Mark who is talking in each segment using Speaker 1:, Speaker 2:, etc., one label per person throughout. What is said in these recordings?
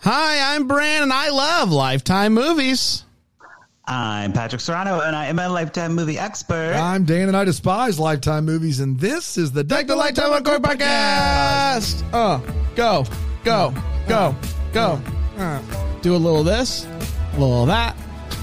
Speaker 1: Hi, I'm Bran, and I love Lifetime movies.
Speaker 2: I'm Patrick Serrano, and I am a lifetime movie expert.
Speaker 3: I'm Dan, and I despise Lifetime movies, and this is the Deck the Lifetime Encore podcast.
Speaker 1: Uh, go, go, go, go.
Speaker 3: Uh.
Speaker 1: Do a little of this, a little of that,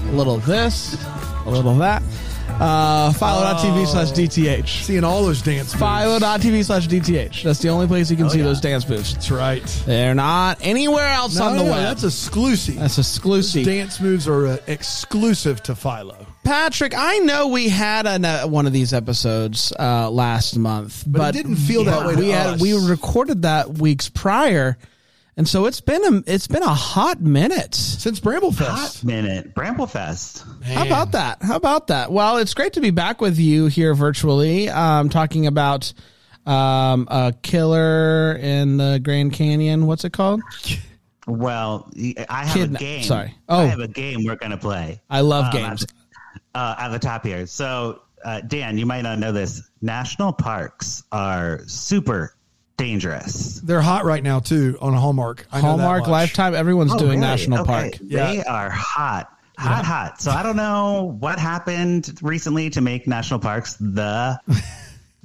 Speaker 1: a little of this, a little of that. Uh,
Speaker 3: Oh.
Speaker 1: Philo.tv slash DTH.
Speaker 3: Seeing all those dance moves.
Speaker 1: Philo.tv slash DTH. That's the only place you can see those dance moves.
Speaker 3: That's right.
Speaker 1: They're not anywhere else
Speaker 3: No,
Speaker 1: on the
Speaker 3: no,
Speaker 1: web.
Speaker 3: That's exclusive.
Speaker 1: That's exclusive.
Speaker 3: dance moves are uh, exclusive to Philo,
Speaker 1: Patrick, I know we had an, uh, one of these episodes uh, last month, but,
Speaker 3: it didn't feel that
Speaker 1: but
Speaker 3: way to
Speaker 1: We
Speaker 3: us.
Speaker 1: we recorded that weeks prior, and so it's been a it's been a hot minute.
Speaker 3: since Bramblefest.
Speaker 2: Hot minute, Bramblefest.
Speaker 1: How about that? How about that? Well, it's great to be back with you here virtually, um, talking about um, a killer in the Grand Canyon. What's it called?
Speaker 2: Well, I have
Speaker 1: Kidna-
Speaker 2: a game.
Speaker 1: sorry.
Speaker 2: I
Speaker 1: Oh.
Speaker 2: have a game we're gonna play
Speaker 1: I love
Speaker 3: Ah,
Speaker 2: Um,
Speaker 1: games.
Speaker 2: uh, at the top here. So, uh, Dan, you might not know this. National parks are super dangerous.
Speaker 3: They're hot right now too on Hallmark. I know that
Speaker 1: Hallmark,
Speaker 3: much.
Speaker 1: Lifetime, everyone's
Speaker 2: Oh,
Speaker 1: doing
Speaker 2: really?
Speaker 1: National
Speaker 2: Okay.
Speaker 1: Park.
Speaker 3: Yeah.
Speaker 2: They are hot, hot, hot. So I don't know what happened recently to make national parks the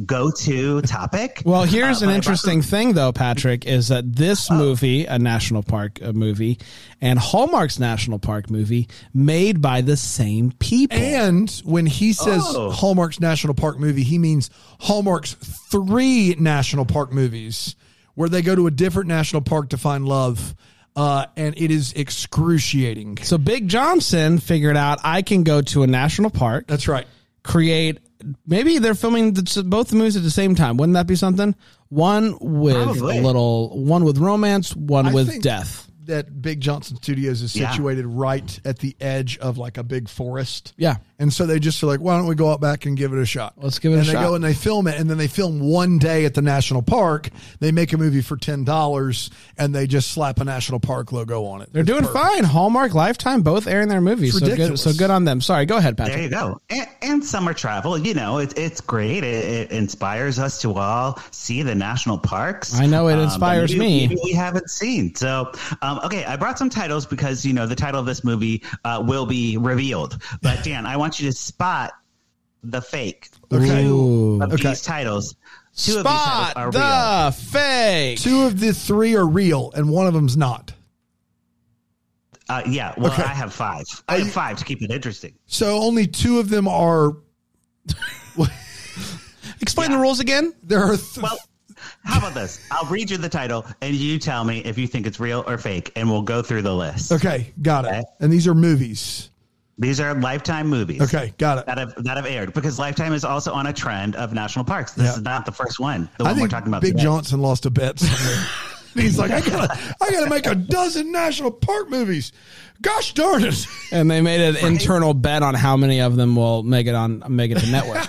Speaker 2: go-to topic.
Speaker 1: Well, here's
Speaker 2: Uh,
Speaker 1: an
Speaker 2: my-
Speaker 1: interesting thing, though, Patrick, is that this
Speaker 3: Uh.
Speaker 1: movie, a national park uh movie, and Hallmark's national park movie, made by the same people.
Speaker 3: And when he says
Speaker 2: Oh.
Speaker 3: Hallmark's National Park movie, he means Hallmark's three national park movies where they go to a different national park to find love. Uh, and it is excruciating.
Speaker 1: so Big Johnson figured out I can go to a national park,
Speaker 3: That's right.
Speaker 1: create. Maybe they're filming the, both the movies at the same time. Wouldn't that be something? One with
Speaker 2: Probably.
Speaker 1: a little, one with romance, one
Speaker 3: I
Speaker 1: with
Speaker 3: think
Speaker 1: death.
Speaker 3: That Big Johnson Studios is
Speaker 2: Yeah.
Speaker 3: situated right at the edge of like a big forest.
Speaker 1: Yeah.
Speaker 3: And so they just are like, why don't we go out back and give it a shot?
Speaker 1: Let's give it a
Speaker 3: and
Speaker 1: shot.
Speaker 3: they go and they film it, and then they film one day at the national park. They make a movie for ten dollars, and they just slap a national park logo on it.
Speaker 1: They're doing fine. Hallmark, Lifetime, both airing their movies.
Speaker 3: It's
Speaker 1: So good,
Speaker 3: ridiculous.
Speaker 1: so good on them. Sorry, go ahead,
Speaker 2: There
Speaker 1: Patrick.
Speaker 2: you go. And, and summer travel, you know, it, it's great. It, it inspires us to all see the national parks.
Speaker 1: I know it
Speaker 2: that
Speaker 1: inspires
Speaker 2: maybe-
Speaker 1: me.
Speaker 2: maybe we haven't seen. So, um, okay, I brought some titles because, you know, the title of this movie uh, will be revealed. But, Dan, I want you to spot the fake.
Speaker 3: Okay.
Speaker 2: Two of
Speaker 3: Okay.
Speaker 2: these titles. Two
Speaker 1: Spot
Speaker 2: of these titles are
Speaker 1: the fake.
Speaker 3: Two of the three are real, and one of them's not.
Speaker 2: real. Uh, yeah, well, I have five. I have five to keep it interesting.
Speaker 3: So only two of them are.
Speaker 1: Explain the rules again.
Speaker 3: There are. Th-
Speaker 2: Well, how about this? I'll read you the title, and you tell me if you think it's real or fake, and we'll go through the list.
Speaker 3: okay, got it.
Speaker 2: Okay.
Speaker 3: And these are movies.
Speaker 2: These are Lifetime movies.
Speaker 3: Okay, got it.
Speaker 2: That have that have aired because Lifetime is also on a trend of national parks. This
Speaker 3: Yeah.
Speaker 2: is not the first one. The
Speaker 3: I
Speaker 2: one we're
Speaker 3: think
Speaker 2: talking about.
Speaker 3: Big
Speaker 2: today.
Speaker 3: Johnson lost a bet. somewhere. He's like, I gotta, I gotta make a dozen national park movies. Gosh darn it!
Speaker 1: And they made an internal bet on how many of them will make it on make it to network.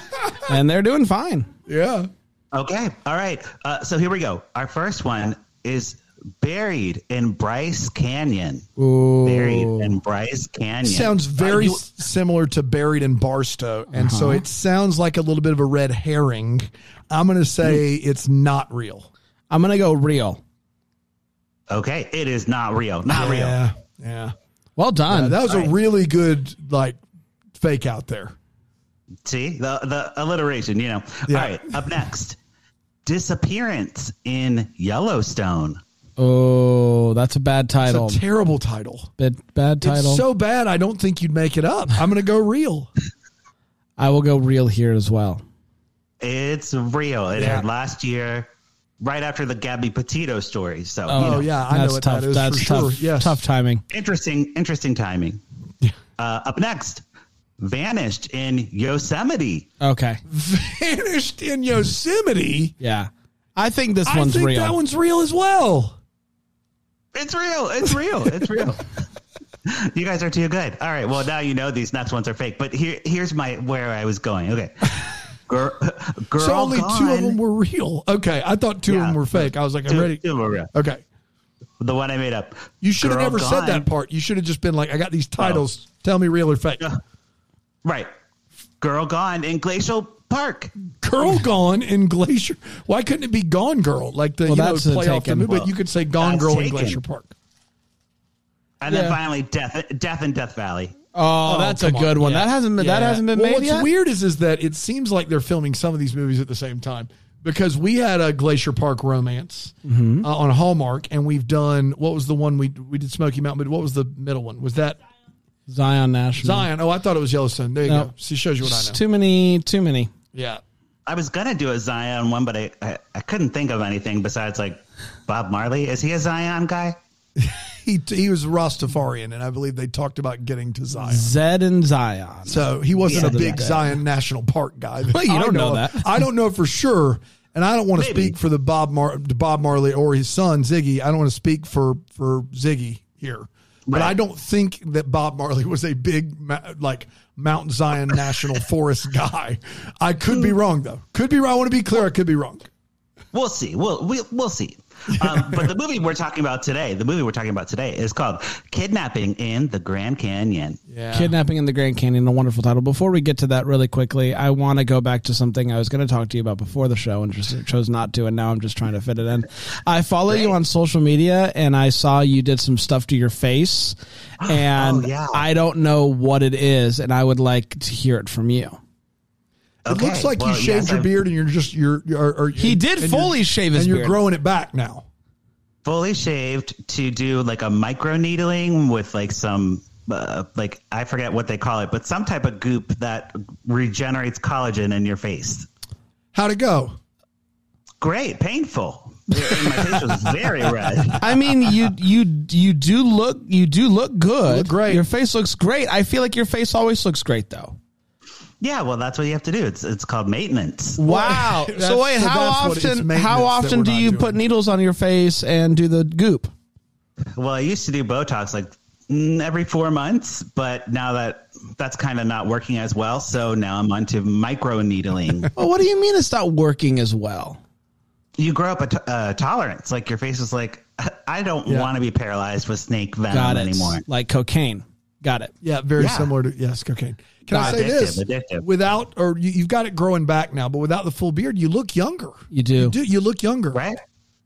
Speaker 1: and they're doing fine.
Speaker 3: yeah.
Speaker 2: Okay. All right. Uh, so here we go. Our first one is buried in Bryce Canyon. Buried in Bryce Canyon.
Speaker 3: Sounds very
Speaker 2: Uh, you-
Speaker 3: s- similar to Buried in Barstow, and so it sounds like a little bit of a red herring. I'm gonna say it's not real.
Speaker 1: I'm gonna go real.
Speaker 2: okay. It is not real. Not real.
Speaker 3: Yeah, yeah. Uh,
Speaker 1: Well done.
Speaker 3: that was a really good like fake out there.
Speaker 2: See the the alliteration. You know.
Speaker 3: Yeah.
Speaker 2: All right. Up next, disappearance in Yellowstone.
Speaker 1: oh, that's a bad title.
Speaker 3: It's a terrible title.
Speaker 1: bad, bad title.
Speaker 3: It's so bad, I don't think you'd make it up. I'm going to go real.
Speaker 1: I will go real here as well.
Speaker 2: It's real. It
Speaker 3: Yeah.
Speaker 2: aired last year, right after the Gabby Petito story. So you
Speaker 3: Oh,
Speaker 2: know,
Speaker 3: yeah, I know
Speaker 1: that's
Speaker 3: what
Speaker 1: tough.
Speaker 3: that is
Speaker 1: that's
Speaker 3: for
Speaker 1: tough.
Speaker 3: sure. Yes.
Speaker 1: Tough timing.
Speaker 2: interesting, interesting timing. Uh, up next, vanished in Yosemite.
Speaker 1: Okay.
Speaker 3: Vanished in Yosemite.
Speaker 1: Yeah. I think this
Speaker 3: I
Speaker 1: one's
Speaker 3: think
Speaker 1: real.
Speaker 3: that one's real as well.
Speaker 2: It's real. It's real. It's real. you guys are too good. All right. Well, now you know these next ones are fake. But here, here's my where I was going. Okay, girl, girl
Speaker 3: so only
Speaker 2: gone.
Speaker 3: two of them were real. Okay, I thought two of
Speaker 2: Yeah.
Speaker 3: them were fake. I was like, I'm
Speaker 2: Two-
Speaker 3: ready.
Speaker 2: two were real.
Speaker 3: Okay,
Speaker 2: The one I made up.
Speaker 3: you should have
Speaker 2: Girl
Speaker 3: never said
Speaker 2: Gone.
Speaker 3: that part. You should have just been like, I got these titles. Tell me real or fake.
Speaker 2: Right. Girl gone in Glacial Park.
Speaker 3: Girl gone in Glacier. Why couldn't it be Gone Girl? Like the
Speaker 1: Well,
Speaker 3: you know
Speaker 1: that's the
Speaker 3: play off the
Speaker 1: taken.
Speaker 3: movie, but you could say Gone
Speaker 2: That's
Speaker 3: Girl in
Speaker 2: taken.
Speaker 3: Glacier Park.
Speaker 2: And
Speaker 1: Yeah.
Speaker 2: then finally Death Death in Death Valley.
Speaker 1: oh,
Speaker 3: Oh,
Speaker 1: that's a
Speaker 3: come on.
Speaker 1: good one. That
Speaker 3: Yeah.
Speaker 1: hasn't been that
Speaker 3: Yeah.
Speaker 1: hasn't been
Speaker 3: well,
Speaker 1: made
Speaker 3: What's
Speaker 1: yet.
Speaker 3: weird is is that it seems like they're filming some of these movies at the same time because we had a Glacier Park romance
Speaker 1: Mm-hmm.
Speaker 3: uh, on Hallmark, and we've done what was the one we we did Smoky Mountain, but what was the middle one? Was that
Speaker 1: Zion National.
Speaker 3: Zion? Oh, I thought it was Yellowstone. There you
Speaker 1: No.
Speaker 3: go. She shows you what I
Speaker 1: It's
Speaker 3: know.
Speaker 1: Too many. Too many.
Speaker 3: yeah.
Speaker 2: I was gonna do a Zion one, but I, I, I couldn't think of anything besides like Bob Marley. Is he a Zion guy?
Speaker 3: He, he was Rastafarian, and I believe they talked about getting to Zion.
Speaker 1: Zed and Zion.
Speaker 3: So he wasn't
Speaker 2: Yeah.
Speaker 3: a big
Speaker 1: Yeah.
Speaker 3: Zion National Park guy.
Speaker 1: Well, you
Speaker 3: I
Speaker 1: don't know that.
Speaker 3: I don't know for sure, and I don't want to
Speaker 2: Maybe.
Speaker 3: speak for the Bob Mar- Bob Marley or his son Ziggy. I don't want to speak for for Ziggy here, but
Speaker 2: Right.
Speaker 3: I don't think that Bob Marley was a big ma- like Mount Zion National Forest guy. I could
Speaker 1: Hmm.
Speaker 3: be wrong though. Could be wrong. I want to be clear. I could be wrong.
Speaker 2: We'll see. We'll we'll, we'll see. Um, but the movie we're talking about today, the movie we're talking about today, is called "Kidnapping in the Grand Canyon."
Speaker 3: Yeah.
Speaker 1: Kidnapping in the Grand Canyon, a wonderful title. Before we get to that, really quickly, I want to go back to something I was going to talk to you about before the show and just chose not to, and now I'm just trying to fit it in. I follow you on social media, and I saw you did some stuff to your face, and
Speaker 2: Oh, yeah.
Speaker 1: I don't know what it is, and I would like to hear it from you.
Speaker 3: It
Speaker 2: Okay,
Speaker 3: looks like
Speaker 2: well,
Speaker 3: you shaved
Speaker 2: yes,
Speaker 3: your
Speaker 2: I've
Speaker 3: beard and you're just you're. you're or,
Speaker 1: He did
Speaker 3: and you're-
Speaker 1: fully shave his
Speaker 3: and you're
Speaker 1: beard.
Speaker 3: growing it back now.
Speaker 2: fully shaved to do like a micro needling with like some. Uh, like I forget what they call it, but some type of goop that regenerates collagen in your face.
Speaker 3: How'd it go?
Speaker 2: Great, painful. My face was very red.
Speaker 1: I mean, you you you do look you do look good.
Speaker 3: look great.
Speaker 1: Your face looks great. I feel like your face always looks great though.
Speaker 2: Yeah, well, that's what you have to do. It's it's called maintenance.
Speaker 1: Wow.
Speaker 3: That's-
Speaker 1: so wait,
Speaker 3: so
Speaker 1: how
Speaker 3: that's what it's
Speaker 1: often
Speaker 3: maintenance
Speaker 1: how
Speaker 3: that
Speaker 1: often
Speaker 3: we're
Speaker 1: do
Speaker 3: not
Speaker 1: you
Speaker 3: doing.
Speaker 1: put needles on your face and do the goop?
Speaker 2: Well, I used to do Botox like mm, every four months, but now that that's kind of not working as well, so now I'm onto micro needling.
Speaker 1: Well, what do you mean it's not working as well?
Speaker 2: you grow up a t- uh, tolerance. Like your face is like, I don't
Speaker 3: Yeah.
Speaker 2: want to be paralyzed with snake venom
Speaker 1: Got it.
Speaker 2: anymore.
Speaker 1: Like cocaine. Got it.
Speaker 3: Yeah, very
Speaker 2: Yeah.
Speaker 3: similar to yes, cocaine. Can I
Speaker 2: Addictive,
Speaker 3: say this?
Speaker 2: addictive.
Speaker 3: Without or you, you've got it growing back now, but without the full beard, you look younger.
Speaker 1: You do.
Speaker 3: You, you look younger,
Speaker 2: Right?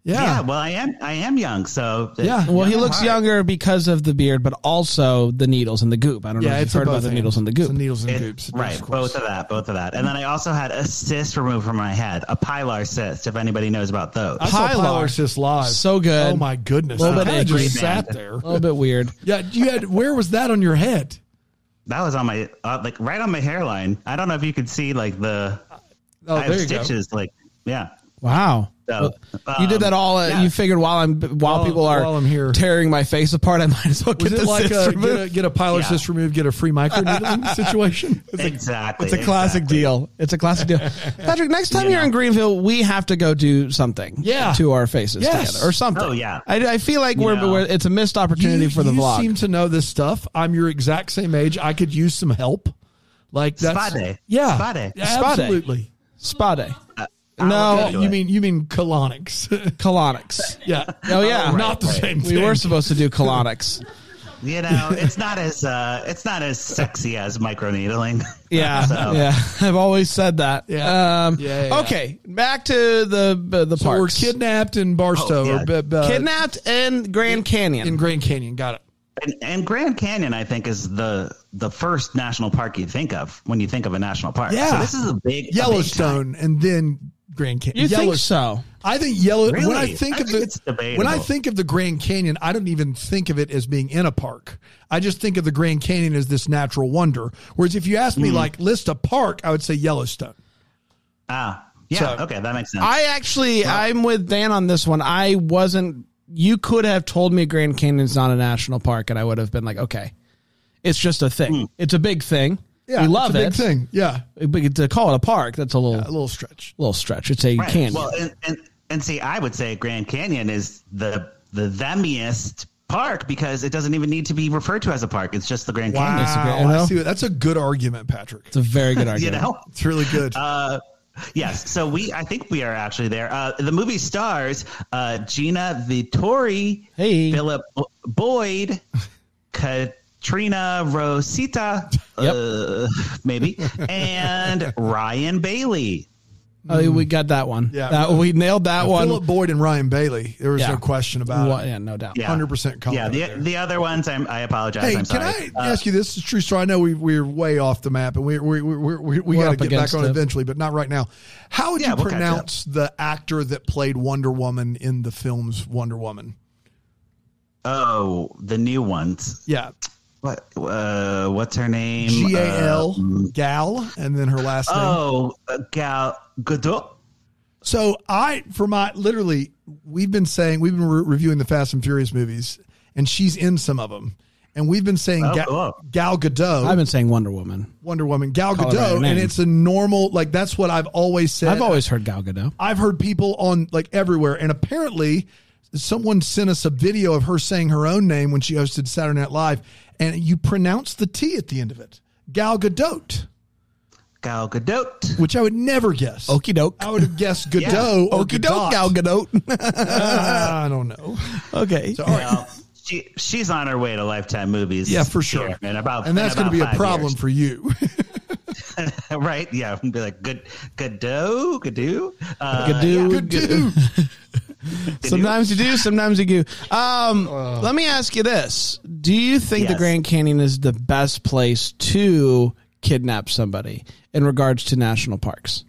Speaker 3: Yeah.
Speaker 2: Well, I am. I am young, so
Speaker 3: Yeah.
Speaker 1: Well, he looks
Speaker 2: Alright.
Speaker 1: younger because of the beard, but also the needles and the goop. I don't know
Speaker 3: yeah,
Speaker 1: if you've
Speaker 3: it's a
Speaker 1: heard about
Speaker 3: both
Speaker 1: the
Speaker 3: and.
Speaker 1: needles and the
Speaker 3: It's
Speaker 1: goop.
Speaker 3: needles and
Speaker 2: It-
Speaker 3: goops,
Speaker 2: right,
Speaker 3: of course.
Speaker 2: both of that, both of that, and then I also had a cyst removed from my head, a pilar cyst. If anybody knows about those,
Speaker 3: I saw
Speaker 1: Pilar.
Speaker 3: Pilar cyst live.
Speaker 1: So good.
Speaker 3: Oh my goodness!
Speaker 1: Little
Speaker 3: I
Speaker 1: bit
Speaker 3: kinda
Speaker 1: icky.
Speaker 3: just sat
Speaker 2: Great
Speaker 3: there.
Speaker 1: A little bit weird.
Speaker 3: Yeah, you had. Where was that on your head?
Speaker 2: that was on my uh, like right on my hairline. I don't know if you could see like the
Speaker 3: Oh,
Speaker 2: I
Speaker 3: there
Speaker 2: have
Speaker 3: you go.
Speaker 2: stitches. Like, yeah.
Speaker 1: Wow.
Speaker 2: So, um,
Speaker 1: you did that all. Uh,
Speaker 2: yeah.
Speaker 1: You figured while I'm while
Speaker 3: While-
Speaker 1: people are
Speaker 3: while I'm here.
Speaker 1: tearing my face apart, I might as well
Speaker 3: Was
Speaker 1: get
Speaker 3: it
Speaker 1: the
Speaker 3: like
Speaker 1: cyst
Speaker 3: a
Speaker 1: removed.
Speaker 3: get, a get a Pilar
Speaker 2: Yeah.
Speaker 3: cyst removed, get a free micro needling situation?
Speaker 2: exactly.
Speaker 1: It's a classic
Speaker 2: exactly.
Speaker 1: deal. It's a classic deal. Patrick, next time
Speaker 2: You
Speaker 1: you're in
Speaker 2: know.
Speaker 1: Greenville, we have to go do something.
Speaker 3: Yeah.
Speaker 1: To our faces
Speaker 3: Yes.
Speaker 1: together or something.
Speaker 2: Oh, yeah.
Speaker 1: I, I feel like we're,
Speaker 2: know.
Speaker 1: we're it's a missed opportunity
Speaker 3: you,
Speaker 1: for the
Speaker 3: you
Speaker 1: vlog.
Speaker 3: seem to know this stuff. I'm your exact same age. I could use some help. Like that's
Speaker 2: Spa day.
Speaker 3: Yeah.
Speaker 2: Spa day.
Speaker 1: Spa day.
Speaker 3: Absolutely.
Speaker 1: Spa day.
Speaker 2: Uh, I'll
Speaker 1: no
Speaker 2: do
Speaker 3: You
Speaker 2: it.
Speaker 3: mean you mean colonics.
Speaker 1: colonics.
Speaker 3: yeah.
Speaker 1: Oh yeah.
Speaker 3: Not the same thing.
Speaker 1: we were supposed to do colonics.
Speaker 2: You know, it's not as uh, it's not as sexy as microneedling.
Speaker 1: Yeah,
Speaker 2: So-
Speaker 1: yeah. I've always said that.
Speaker 3: Yeah.
Speaker 1: Um,
Speaker 3: Yeah, yeah, yeah.
Speaker 1: Okay, back to the uh, the
Speaker 3: so we're
Speaker 1: parks.
Speaker 3: kidnapped in Barstow
Speaker 2: Oh, yeah.
Speaker 3: or b- b-
Speaker 1: kidnapped in Grand Canyon.
Speaker 3: in Grand Canyon. Got it.
Speaker 2: And, and Grand Canyon, I think, is the the first national park you think of when you think of a national park.
Speaker 3: Yeah.
Speaker 2: So this is a big a big time.
Speaker 3: Yellowstone and then Grand Canyon.
Speaker 1: You
Speaker 3: Yellow-
Speaker 1: think so?
Speaker 3: I think yellow. When I
Speaker 2: Really?
Speaker 3: think
Speaker 2: I
Speaker 3: of
Speaker 2: think
Speaker 3: the
Speaker 2: it's debatable.
Speaker 3: when I think of the Grand Canyon, I don't even think of it as being in a park. I just think of the Grand Canyon as this natural wonder. Whereas if you ask
Speaker 2: Hmm.
Speaker 3: me, like list a park, I would say Yellowstone.
Speaker 2: Ah, yeah.
Speaker 3: So-
Speaker 2: okay, that makes sense.
Speaker 1: I actually, I'm with Dan on this one. I wasn't. You could have told me Grand Canyon's not a national park, and I would have been like, okay, it's just a thing. It's a big thing. we love
Speaker 3: Hmm. it's a big
Speaker 1: it.
Speaker 3: thing. Yeah,
Speaker 1: But to call it a park, that's a little
Speaker 3: a little stretch.
Speaker 1: little stretch. It's a
Speaker 2: Right.
Speaker 1: canyon.
Speaker 2: Well, and, and and see, I would say Grand Canyon is the the themiest park because it doesn't even need to be referred to as a park. It's just the Grand Canyon.
Speaker 1: great- you
Speaker 3: Wow,
Speaker 1: know?
Speaker 3: I see what, that's a good argument, Patrick.
Speaker 1: it's a very good argument.
Speaker 2: You know.
Speaker 3: It's really good.
Speaker 2: Uh, yes. So we, I think we are actually there. Uh, the movie stars uh, Gina Vittori,
Speaker 1: Hey.
Speaker 2: Philip B- Boyd, Katrina Rosita,
Speaker 1: Yep.
Speaker 2: uh, maybe, and Ryan Bailey.
Speaker 1: Oh, we got that one.
Speaker 3: Yeah.
Speaker 1: That- we nailed that one.
Speaker 3: Philip Boyd and Ryan Bailey. There was
Speaker 1: Yeah.
Speaker 3: no question about
Speaker 1: Well,
Speaker 3: it.
Speaker 1: yeah, no doubt.
Speaker 2: Yeah,
Speaker 3: 100% color
Speaker 2: Yeah,
Speaker 3: there.
Speaker 2: the, the other ones, I'm, I apologize.
Speaker 3: Hey,
Speaker 2: I'm
Speaker 3: can
Speaker 2: sorry.
Speaker 3: I
Speaker 2: Uh,
Speaker 3: ask you this? Is a true story. I know we, we're way off the map, and we we we we, we, we
Speaker 1: We're
Speaker 3: got to
Speaker 1: up
Speaker 3: get back
Speaker 1: against
Speaker 3: on
Speaker 1: it.
Speaker 3: eventually, but not right now. How would
Speaker 2: Yeah,
Speaker 3: you
Speaker 2: we'll catch up.
Speaker 3: pronounce the actor that played Wonder Woman in the films Wonder Woman?
Speaker 2: oh, the new ones.
Speaker 3: Yeah,
Speaker 2: What? Uh, what's her name?
Speaker 3: G A L
Speaker 2: Uh,
Speaker 3: Gal, and then her last name.
Speaker 2: oh, Gal Gadot.
Speaker 3: So I, for my, literally, we've been saying we've been re- reviewing the Fast and Furious movies, and she's in some of them, and we've been saying
Speaker 2: Oh,
Speaker 3: Ga-
Speaker 2: cool.
Speaker 3: Gal Gadot.
Speaker 1: I've been saying Wonder Woman.
Speaker 3: Wonder Woman, Gal
Speaker 1: Call it by her
Speaker 3: Gadot,
Speaker 1: name.
Speaker 3: and it's a normal like that's what I've always said.
Speaker 1: I've always heard Gal Gadot.
Speaker 3: I've heard people on like everywhere, and apparently someone sent us a video of her saying her own name when she hosted Saturday Night Live, and you pronounce the T at the end of it, Gal Gadot,
Speaker 2: Gal Gadot.
Speaker 3: which I would never guess.
Speaker 1: Okie doke.
Speaker 3: I would have guessed Gadot or
Speaker 1: Okie doke,
Speaker 3: Gadot.
Speaker 1: Oh, Gal Gadot.
Speaker 3: Ah, I don't know.
Speaker 1: okay.
Speaker 3: So, all right.
Speaker 2: Well, she she's on her way to lifetime movies.
Speaker 3: Yeah, for sure.
Speaker 2: And about
Speaker 3: and that's
Speaker 2: going to
Speaker 3: be a problem for you.
Speaker 2: right? Yeah, I'm gonna be like good, Godot, Godoo, uh,
Speaker 1: Gadoo,
Speaker 3: Good
Speaker 1: Gadoo.
Speaker 3: dude.
Speaker 1: Sometimes you do, sometimes you do. Um,
Speaker 3: Uh.
Speaker 1: let me ask you this: Do you think the
Speaker 2: Yes.
Speaker 1: Grand Canyon is the best place to kidnap somebody in regards to national parks?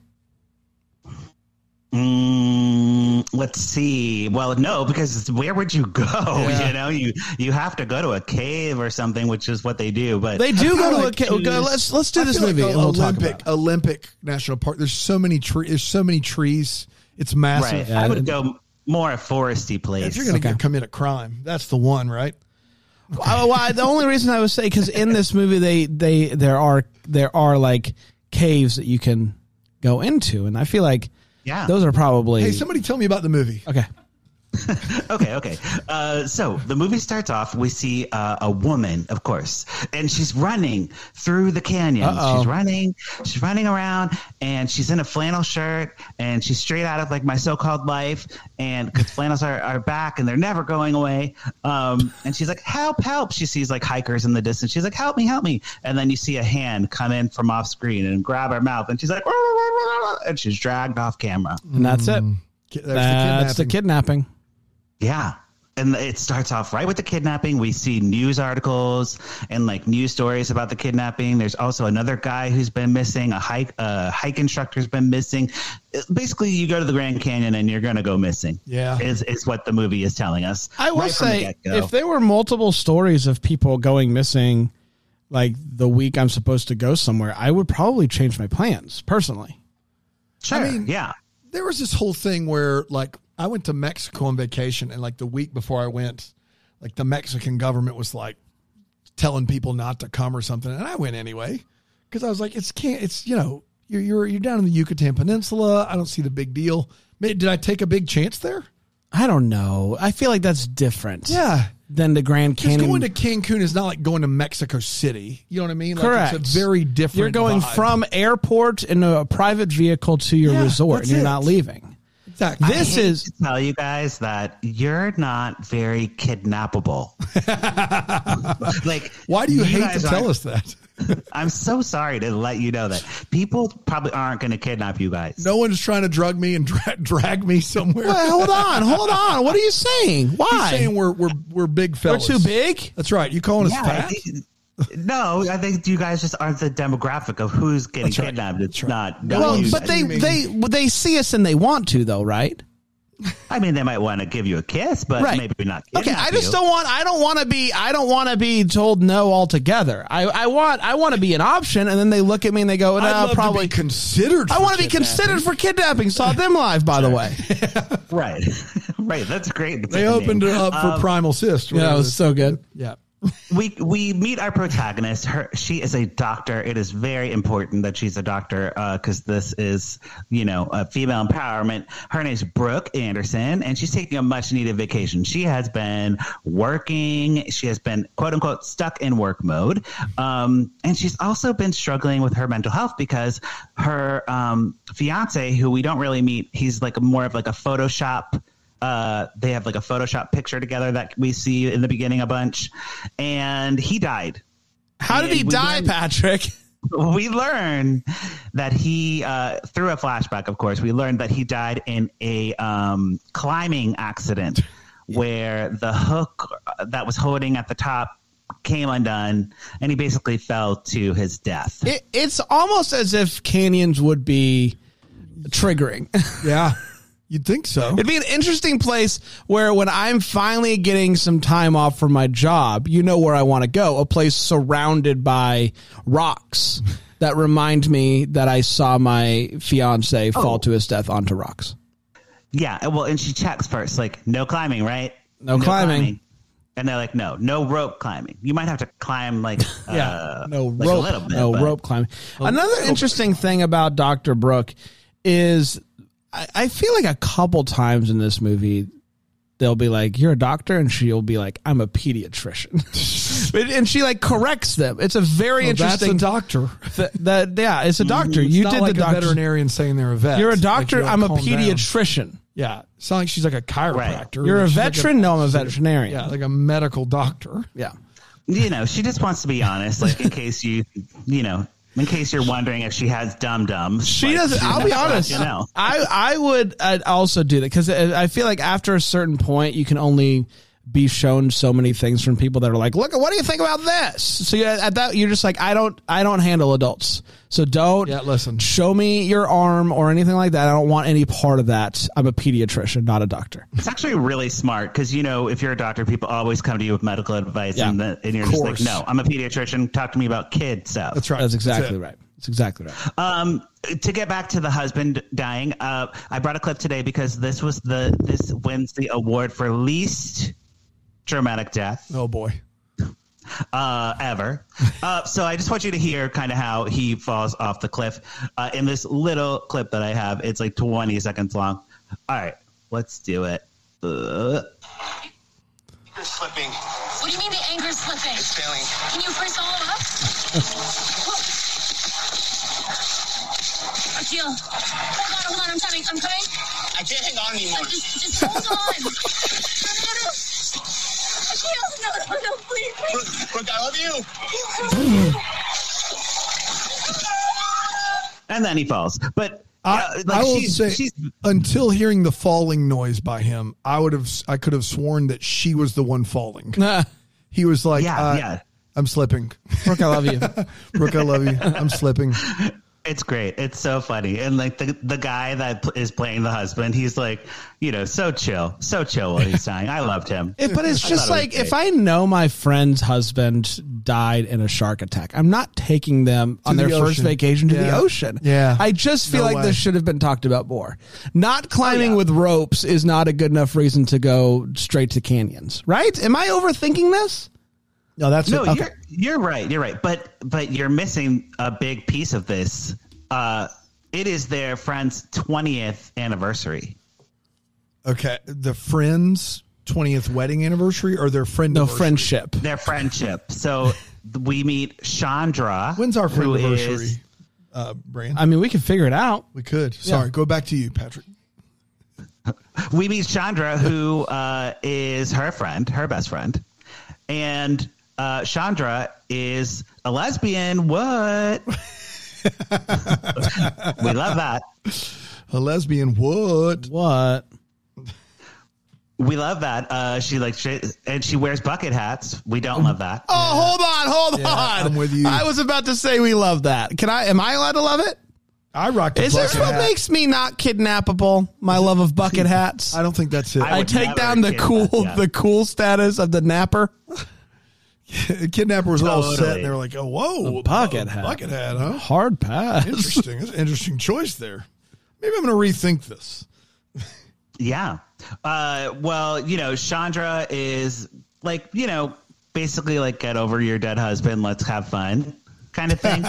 Speaker 2: Mm, let's see. Well, no, because where would you go? You know, you you have to go to a cave or something, which is what they do. But
Speaker 1: They do go to
Speaker 3: like
Speaker 1: a ca- go,
Speaker 2: she's-
Speaker 1: let's let's do
Speaker 3: I
Speaker 1: this
Speaker 3: feel
Speaker 1: movie
Speaker 3: Like
Speaker 1: and
Speaker 3: the
Speaker 1: we'll talk
Speaker 3: Olympic
Speaker 1: about. It.
Speaker 3: Olympic National Park. There's so many trees. There's so many trees. It's massive.
Speaker 2: right, I would go more a foresty
Speaker 3: If
Speaker 2: place.
Speaker 3: you're going to commit a crime, that's the one, right?
Speaker 1: Oh, why- the only reason I would say because in this movie they they there are there are like caves that you can go into, and I feel like
Speaker 2: yeah,
Speaker 1: those are probably
Speaker 3: Hey, somebody tell me about the movie.
Speaker 1: okay.
Speaker 2: okay, okay. Uh, so the movie starts off. We see uh, a woman, of course, and she's running through the canyon. She's running, she's running around, and she's in a flannel shirt, and she's straight out of like my so-called life, and because flannels are, are back and they're never going away. Um, and she's like, "Help, help!" She sees like hikers in the distance. She's like, "Help me, help me!" And then you see a hand come in from off screen and grab her mouth, and she's like, "Wah, wah, wah, wah, wah," and she's dragged off camera.
Speaker 1: And that's it.
Speaker 3: Mm. There's
Speaker 1: That's the kidnapping.
Speaker 2: Yeah. And it starts off right with the kidnapping. We see news articles and like news stories about the kidnapping. There's also another guy who's been missing. A hike, uh, hike instructor's been missing. It- Basically, you go to the Grand Canyon and you're gonna go missing.
Speaker 3: Yeah.
Speaker 2: is is what the movie is telling us.
Speaker 1: I will
Speaker 2: right from the
Speaker 1: say,
Speaker 2: get-go.
Speaker 1: if there were multiple stories of people going missing, like the week I'm supposed to go somewhere, I would probably change my plans personally.
Speaker 2: sure, yeah,
Speaker 3: There was this whole thing where, like, I went to Mexico on vacation, and like the week before I went, like the Mexican government was like telling people not to come or something, and I went anyway because I was like, it's can't, it's you know, you're you're you're down in the Yucatan Peninsula. I don't see the big deal. Ma- Did I take a big chance there?
Speaker 1: I don't know. I feel like that's different.
Speaker 3: Yeah.
Speaker 1: Than the Grand
Speaker 3: Because
Speaker 1: Canyon.
Speaker 3: going to Cancun is not like going to Mexico City. You know what I mean? Like,
Speaker 1: Correct.
Speaker 3: It's a very different.
Speaker 1: You're going
Speaker 3: vibe.
Speaker 1: from airport in a private vehicle to your
Speaker 3: Yeah,
Speaker 1: resort, and
Speaker 3: that's
Speaker 1: you're
Speaker 3: it.
Speaker 1: not leaving.
Speaker 3: Exactly.
Speaker 1: This
Speaker 2: I hate
Speaker 1: is
Speaker 2: to tell you guys that you're not very kidnappable. like,
Speaker 3: Why do you, hate to
Speaker 2: guys
Speaker 3: tell
Speaker 2: aren't-
Speaker 3: us that?
Speaker 2: I'm so sorry to let you know that people probably aren't going to kidnap you guys.
Speaker 3: No one's trying to drug me and dra- drag me somewhere.
Speaker 1: Well, hold on, hold on. What are you saying?
Speaker 3: He's
Speaker 1: Why?
Speaker 3: saying we're we're we're big
Speaker 1: we're
Speaker 3: fellas.
Speaker 1: too big.
Speaker 3: That's right. You calling us
Speaker 2: Yeah,
Speaker 3: fat?
Speaker 2: it- No, I think you guys just aren't the demographic of who's getting
Speaker 1: right.
Speaker 2: kidnapped. It's not. not
Speaker 1: well,
Speaker 2: you
Speaker 1: but
Speaker 2: guys.
Speaker 1: they they they see us and they want to though, right?
Speaker 2: I mean, they might want to give you a kiss, but
Speaker 1: right.
Speaker 2: maybe not.
Speaker 1: Okay,
Speaker 2: kidnap
Speaker 1: I just
Speaker 2: you.
Speaker 1: don't want. I don't want to be. I don't want to be told no altogether. I, I want. I want to be an option, and then they look at me and they go,
Speaker 3: I'd
Speaker 1: "No,
Speaker 3: love
Speaker 1: probably."
Speaker 3: to be considered.
Speaker 1: I
Speaker 3: for
Speaker 1: want to be
Speaker 3: kidnapping.
Speaker 1: considered for kidnapping. Saw them live, by the way.
Speaker 2: Right, right. That's great.
Speaker 3: They opened it up for
Speaker 1: Um,
Speaker 3: Primal Cyst.
Speaker 1: Yeah, it
Speaker 3: whatever
Speaker 1: was so good.
Speaker 3: Yeah.
Speaker 2: we we meet our protagonist. Her she is a doctor. It is very important that she's a doctor because this is you know a female empowerment. Her name's Brooke Anderson, and she's taking a much needed vacation. She has been working. She has been quote unquote stuck in work mode, um, and she's also been struggling with her mental health because her um, fiance, who we don't really meet, he's like more of like a Photoshop uh, they have like a Photoshop picture together that we see in the beginning a bunch, and he died.
Speaker 1: How did
Speaker 2: And
Speaker 1: he
Speaker 2: we
Speaker 1: die,
Speaker 2: learned-
Speaker 1: Patrick?
Speaker 2: We learn that he, uh, through a flashback, of course, we learned that he died in a um, climbing accident where the hook that was holding at the top came undone, and he basically fell to his death.
Speaker 1: It, it's almost as if canyons would be triggering.
Speaker 3: Yeah. You'd think so.
Speaker 1: It'd be an interesting place where when I'm finally getting some time off from my job, you know where I want to go, a place surrounded by rocks that remind me that I saw my fiance fall to his death onto rocks.
Speaker 2: Yeah, and well, and she checks first, like no climbing, right?
Speaker 1: No climbing.
Speaker 2: And they're like, no, no rope climbing. You might have to climb like
Speaker 1: Yeah,
Speaker 2: uh,
Speaker 1: no
Speaker 2: like a
Speaker 1: rope,
Speaker 2: little bit,
Speaker 1: no
Speaker 2: but-
Speaker 1: rope climbing. Another interesting thing about Doctor Brooke is, I, I feel like a couple times in this movie, they'll be like, "You're a doctor," and she'll be like, "I'm a pediatrician," But- and she like corrects them. It's a very
Speaker 3: Well, that's a
Speaker 1: interesting.
Speaker 3: doctor.
Speaker 1: th- that yeah, it's a doctor.
Speaker 3: It's
Speaker 1: you
Speaker 3: not
Speaker 1: did
Speaker 3: like
Speaker 1: the
Speaker 3: a
Speaker 1: doctor.
Speaker 3: veterinarian saying they're a vet.
Speaker 1: You're a
Speaker 3: Like,
Speaker 1: doctor.
Speaker 3: yo,
Speaker 1: I'm a
Speaker 3: calm down.
Speaker 1: pediatrician.
Speaker 3: Yeah, it's not like she's like a chiropractor.
Speaker 1: You're a
Speaker 3: She's like
Speaker 1: veteran. no, I'm a veterinarian.
Speaker 3: yeah, like a medical doctor.
Speaker 1: yeah.
Speaker 2: You know, she just wants to be honest, like in case you, you know, in case you're wondering if she has dum dums.
Speaker 1: She doesn't. I'll be honest.
Speaker 2: You know,
Speaker 1: I I would I'd also do that because I I feel like after a certain point, you can only be shown so many things from people that are like, look, what do you think about this? So you, at that, you're just like, I don't I don't handle adults, so don't
Speaker 3: Yeah, listen.
Speaker 1: show me your arm or anything like that. I don't want any part of that. I'm a pediatrician, not a doctor.
Speaker 2: it's actually really smart because you know, if you're a doctor, people always come to you with medical advice,
Speaker 1: Yeah,
Speaker 2: and, the, and you're
Speaker 1: of
Speaker 2: just like,
Speaker 1: course.
Speaker 2: no, I'm a pediatrician. Talk to me about kid stuff.
Speaker 3: That's right.
Speaker 1: That's exactly
Speaker 3: it.
Speaker 1: right. That's exactly right.
Speaker 2: Um, to get back to the husband dying, uh, I brought a clip today because this was the this wins the award for least dramatic death
Speaker 3: Oh boy.
Speaker 2: uh, ever. Uh, so I just want you to hear kind of how he falls off the cliff. Uh, in this little clip that I have, it's like 20 seconds long. All right, let's do it. Uh,
Speaker 4: You're slipping.
Speaker 5: What do you mean the anger's slipping?
Speaker 4: It's failing.
Speaker 5: Can you freeze all it up? Akil, hold on, Oh, hold on, I'm coming, I'm coming.
Speaker 4: I can't hang on anymore.
Speaker 5: Just, just hold on. no, no, no. Akil, no, no, no, please,
Speaker 4: Brooke,
Speaker 5: please.
Speaker 4: Brooke, I love you.
Speaker 2: and then he falls. But
Speaker 3: I,
Speaker 2: uh, like
Speaker 3: I will
Speaker 2: she's,
Speaker 3: say,
Speaker 2: she's
Speaker 3: until hearing the falling noise by him, I would have, I could have sworn that she was the one falling. He was like,
Speaker 2: Yeah,
Speaker 3: uh,
Speaker 2: yeah.
Speaker 3: I'm slipping.
Speaker 1: Brooke, I love you.
Speaker 3: Brooke, I love you. I'm slipping.
Speaker 2: It's great. It's so funny. And like the the guy that pl- is playing the husband, he's like, you know, so chill, so chill while he's dying. I loved him.
Speaker 1: It- Eh, but it's
Speaker 2: I
Speaker 1: just
Speaker 2: thought it was
Speaker 1: like
Speaker 2: great.
Speaker 1: if I know my friend's husband died in a shark attack, I'm not taking them on
Speaker 3: the
Speaker 1: their first
Speaker 3: ocean.
Speaker 1: vacation to the
Speaker 3: Yeah.
Speaker 1: ocean.
Speaker 3: Yeah.
Speaker 1: I just feel
Speaker 3: No
Speaker 1: like
Speaker 3: way.
Speaker 1: this should have been talked about more.
Speaker 6: Oh,
Speaker 1: Not climbing with ropes is not a good enough reason to go straight to canyons, right? Am I overthinking this?
Speaker 3: No, that's
Speaker 2: no,
Speaker 3: okay.
Speaker 2: you're you're right. You're right. But but you're missing a big piece of this. Uh, it is their friend's twentieth anniversary.
Speaker 3: okay. The friend's 20th wedding anniversary or their friend?
Speaker 1: No friendship.
Speaker 2: Their friendship. So we meet Chandra.
Speaker 3: When's our friend
Speaker 2: who is-
Speaker 3: anniversary? Uh, Brian,
Speaker 1: I mean, we can figure it out.
Speaker 3: we could. Sorry, go back to you, Patrick.
Speaker 2: we meet Chandra, who uh, is her friend, her best friend, and uh, Chandra is a lesbian. What? we love that.
Speaker 3: A lesbian would.
Speaker 1: What?
Speaker 2: We love that. Uh, she like she, and she wears bucket hats. We don't love that.
Speaker 6: Oh, hold on, hold
Speaker 3: Yeah,
Speaker 6: on.
Speaker 3: I'm with you.
Speaker 6: I was about to say we love that. Can I? Am I allowed to love it?
Speaker 3: I rocked a
Speaker 6: Is this
Speaker 3: bucket
Speaker 6: what
Speaker 3: hat.
Speaker 6: makes me not kidnappable? My love of bucket hats.
Speaker 3: I don't think that's it.
Speaker 6: I
Speaker 2: would
Speaker 6: take
Speaker 2: never
Speaker 6: down the
Speaker 2: kidnap
Speaker 6: cool,
Speaker 2: that.
Speaker 6: the cool status of the napper.
Speaker 3: Kidnapper was all set,
Speaker 2: Totally.
Speaker 3: and they were like, "Oh, whoa,
Speaker 6: A bucket hat.
Speaker 3: bucket hat, huh?
Speaker 6: Hard pass.
Speaker 3: Interesting. That's an interesting choice there. Maybe I'm going to rethink this.
Speaker 2: Yeah. Uh, well, you know, Chandra is like, you know, basically like get over your dead husband, let's have fun kind of thing.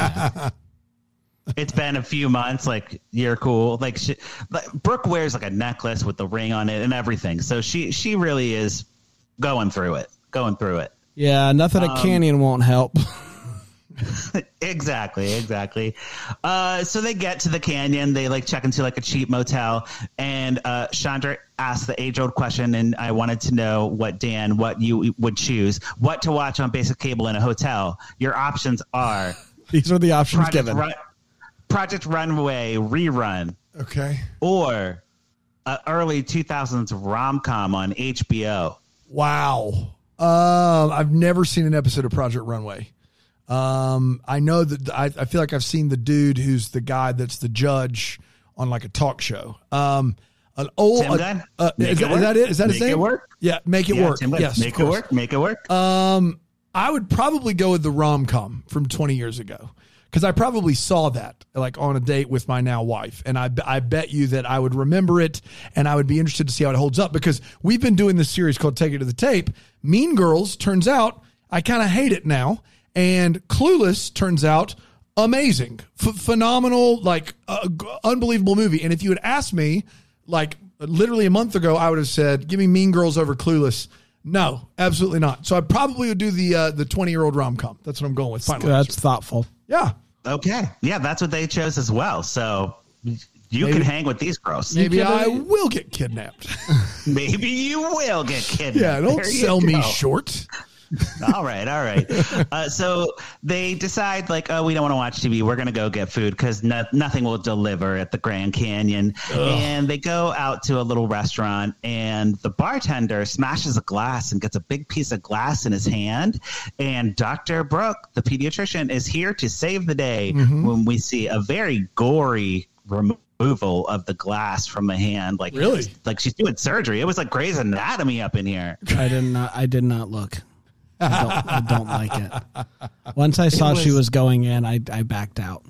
Speaker 2: it's been a few months, like you're cool. Like, she, like Brooke wears like a necklace with the ring on it and everything. So she she really is going through it, going through it.
Speaker 6: Yeah, nothing
Speaker 2: Um,
Speaker 6: at Canyon won't help.
Speaker 2: Exactly, exactly. Uh, so they get to the canyon. They like check into like a cheap motel, and uh, Chandra asked the age-old question, and I wanted to know what Dan, what you would choose, what to watch on basic cable in a hotel. Your options are
Speaker 6: These are the options
Speaker 2: Project,
Speaker 6: given.
Speaker 2: Run- Project Runway rerun
Speaker 3: Okay.
Speaker 2: or a early 2000s rom-com on HBO.
Speaker 3: Wow. Um, I've never seen an episode of Project Runway. Um, I know that I, I feel like I've seen the dude who's the guy that's the judge on like a talk show. Um, an old
Speaker 2: Tim Gunn?
Speaker 3: Uh,
Speaker 2: Make
Speaker 3: is,
Speaker 2: it
Speaker 3: that- is that
Speaker 2: work.
Speaker 3: it? Is that his
Speaker 2: Make it
Speaker 3: name?
Speaker 2: work.
Speaker 3: Yeah, make it
Speaker 2: Yeah,
Speaker 3: work.
Speaker 2: Tim Lin,
Speaker 3: yes, of
Speaker 2: make it
Speaker 3: course.
Speaker 2: work. Make it work.
Speaker 3: Um, I would probably go with the rom com from 20 years ago because I probably saw that like on a date with my now wife. And I, I bet you that I would remember it and I would be interested to see how it holds up because we've been doing this series called Take It to the Tape. Mean Girls turns out I kind of hate it now. And Clueless turns out amazing, Ph phenomenal, like uh, g- unbelievable movie. And if you had asked me, like literally a month ago, I would have said, "Give me Mean Girls over Clueless." No, absolutely not. So I probably would do the uh, the twenty year old rom com. That's what I'm going with. Final
Speaker 6: That's
Speaker 3: answer.
Speaker 6: thoughtful.
Speaker 3: yeah.
Speaker 2: Okay. Yeah, that's what they chose as well. So you can hang with these girls. Maybe,
Speaker 3: Maybe
Speaker 6: can't
Speaker 3: I
Speaker 6: believe-
Speaker 3: will get kidnapped.
Speaker 2: you will get kidnapped.
Speaker 3: yeah, don't
Speaker 2: There you
Speaker 3: sell me
Speaker 2: go.
Speaker 3: short.
Speaker 2: all right, all right. Uh, so they decide, like, oh, we don't want to watch TV. We're going to go get food because no- nothing will deliver at the Grand Canyon. And they go out to a little restaurant, and the bartender smashes a glass and gets a big piece of glass in his hand. And Dr. Brooke, the pediatrician, is here to save the day
Speaker 3: Mm-hmm.
Speaker 2: when we see a very gory removal of the glass from the hand. Like,
Speaker 3: Really?
Speaker 2: Like she's doing surgery. It was like Grey's Anatomy up in here.
Speaker 1: I did not. I did not look. I don't, I don't like it. Once I saw she
Speaker 2: was-
Speaker 1: was going in, I, I backed out.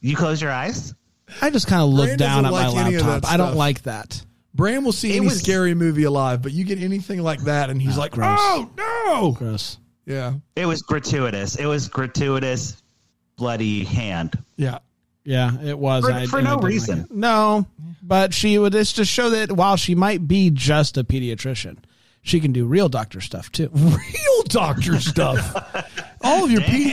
Speaker 2: You close your eyes.
Speaker 1: I just kind of looked
Speaker 3: Rand
Speaker 1: down
Speaker 3: doesn't
Speaker 1: at my
Speaker 3: like any of that
Speaker 1: laptop. I don't
Speaker 3: stuff.
Speaker 1: like that.
Speaker 3: Bram will see
Speaker 2: It
Speaker 3: any
Speaker 2: was-
Speaker 3: scary movie alive, but you get anything like that, and he's like,
Speaker 1: gross.
Speaker 3: "Oh no!"
Speaker 1: Gross.
Speaker 3: Yeah,
Speaker 2: It was gratuitous. It was gratuitous, bloody hand.
Speaker 3: yeah.
Speaker 1: Yeah, it was
Speaker 2: For-
Speaker 1: I-
Speaker 2: for
Speaker 1: and I
Speaker 2: no
Speaker 1: didn't like
Speaker 2: reason.
Speaker 1: it. no, but she would. It's to show that while she might be just a pediatrician, she can do real doctor stuff too.
Speaker 3: Real doctor stuff. All of your, pedi-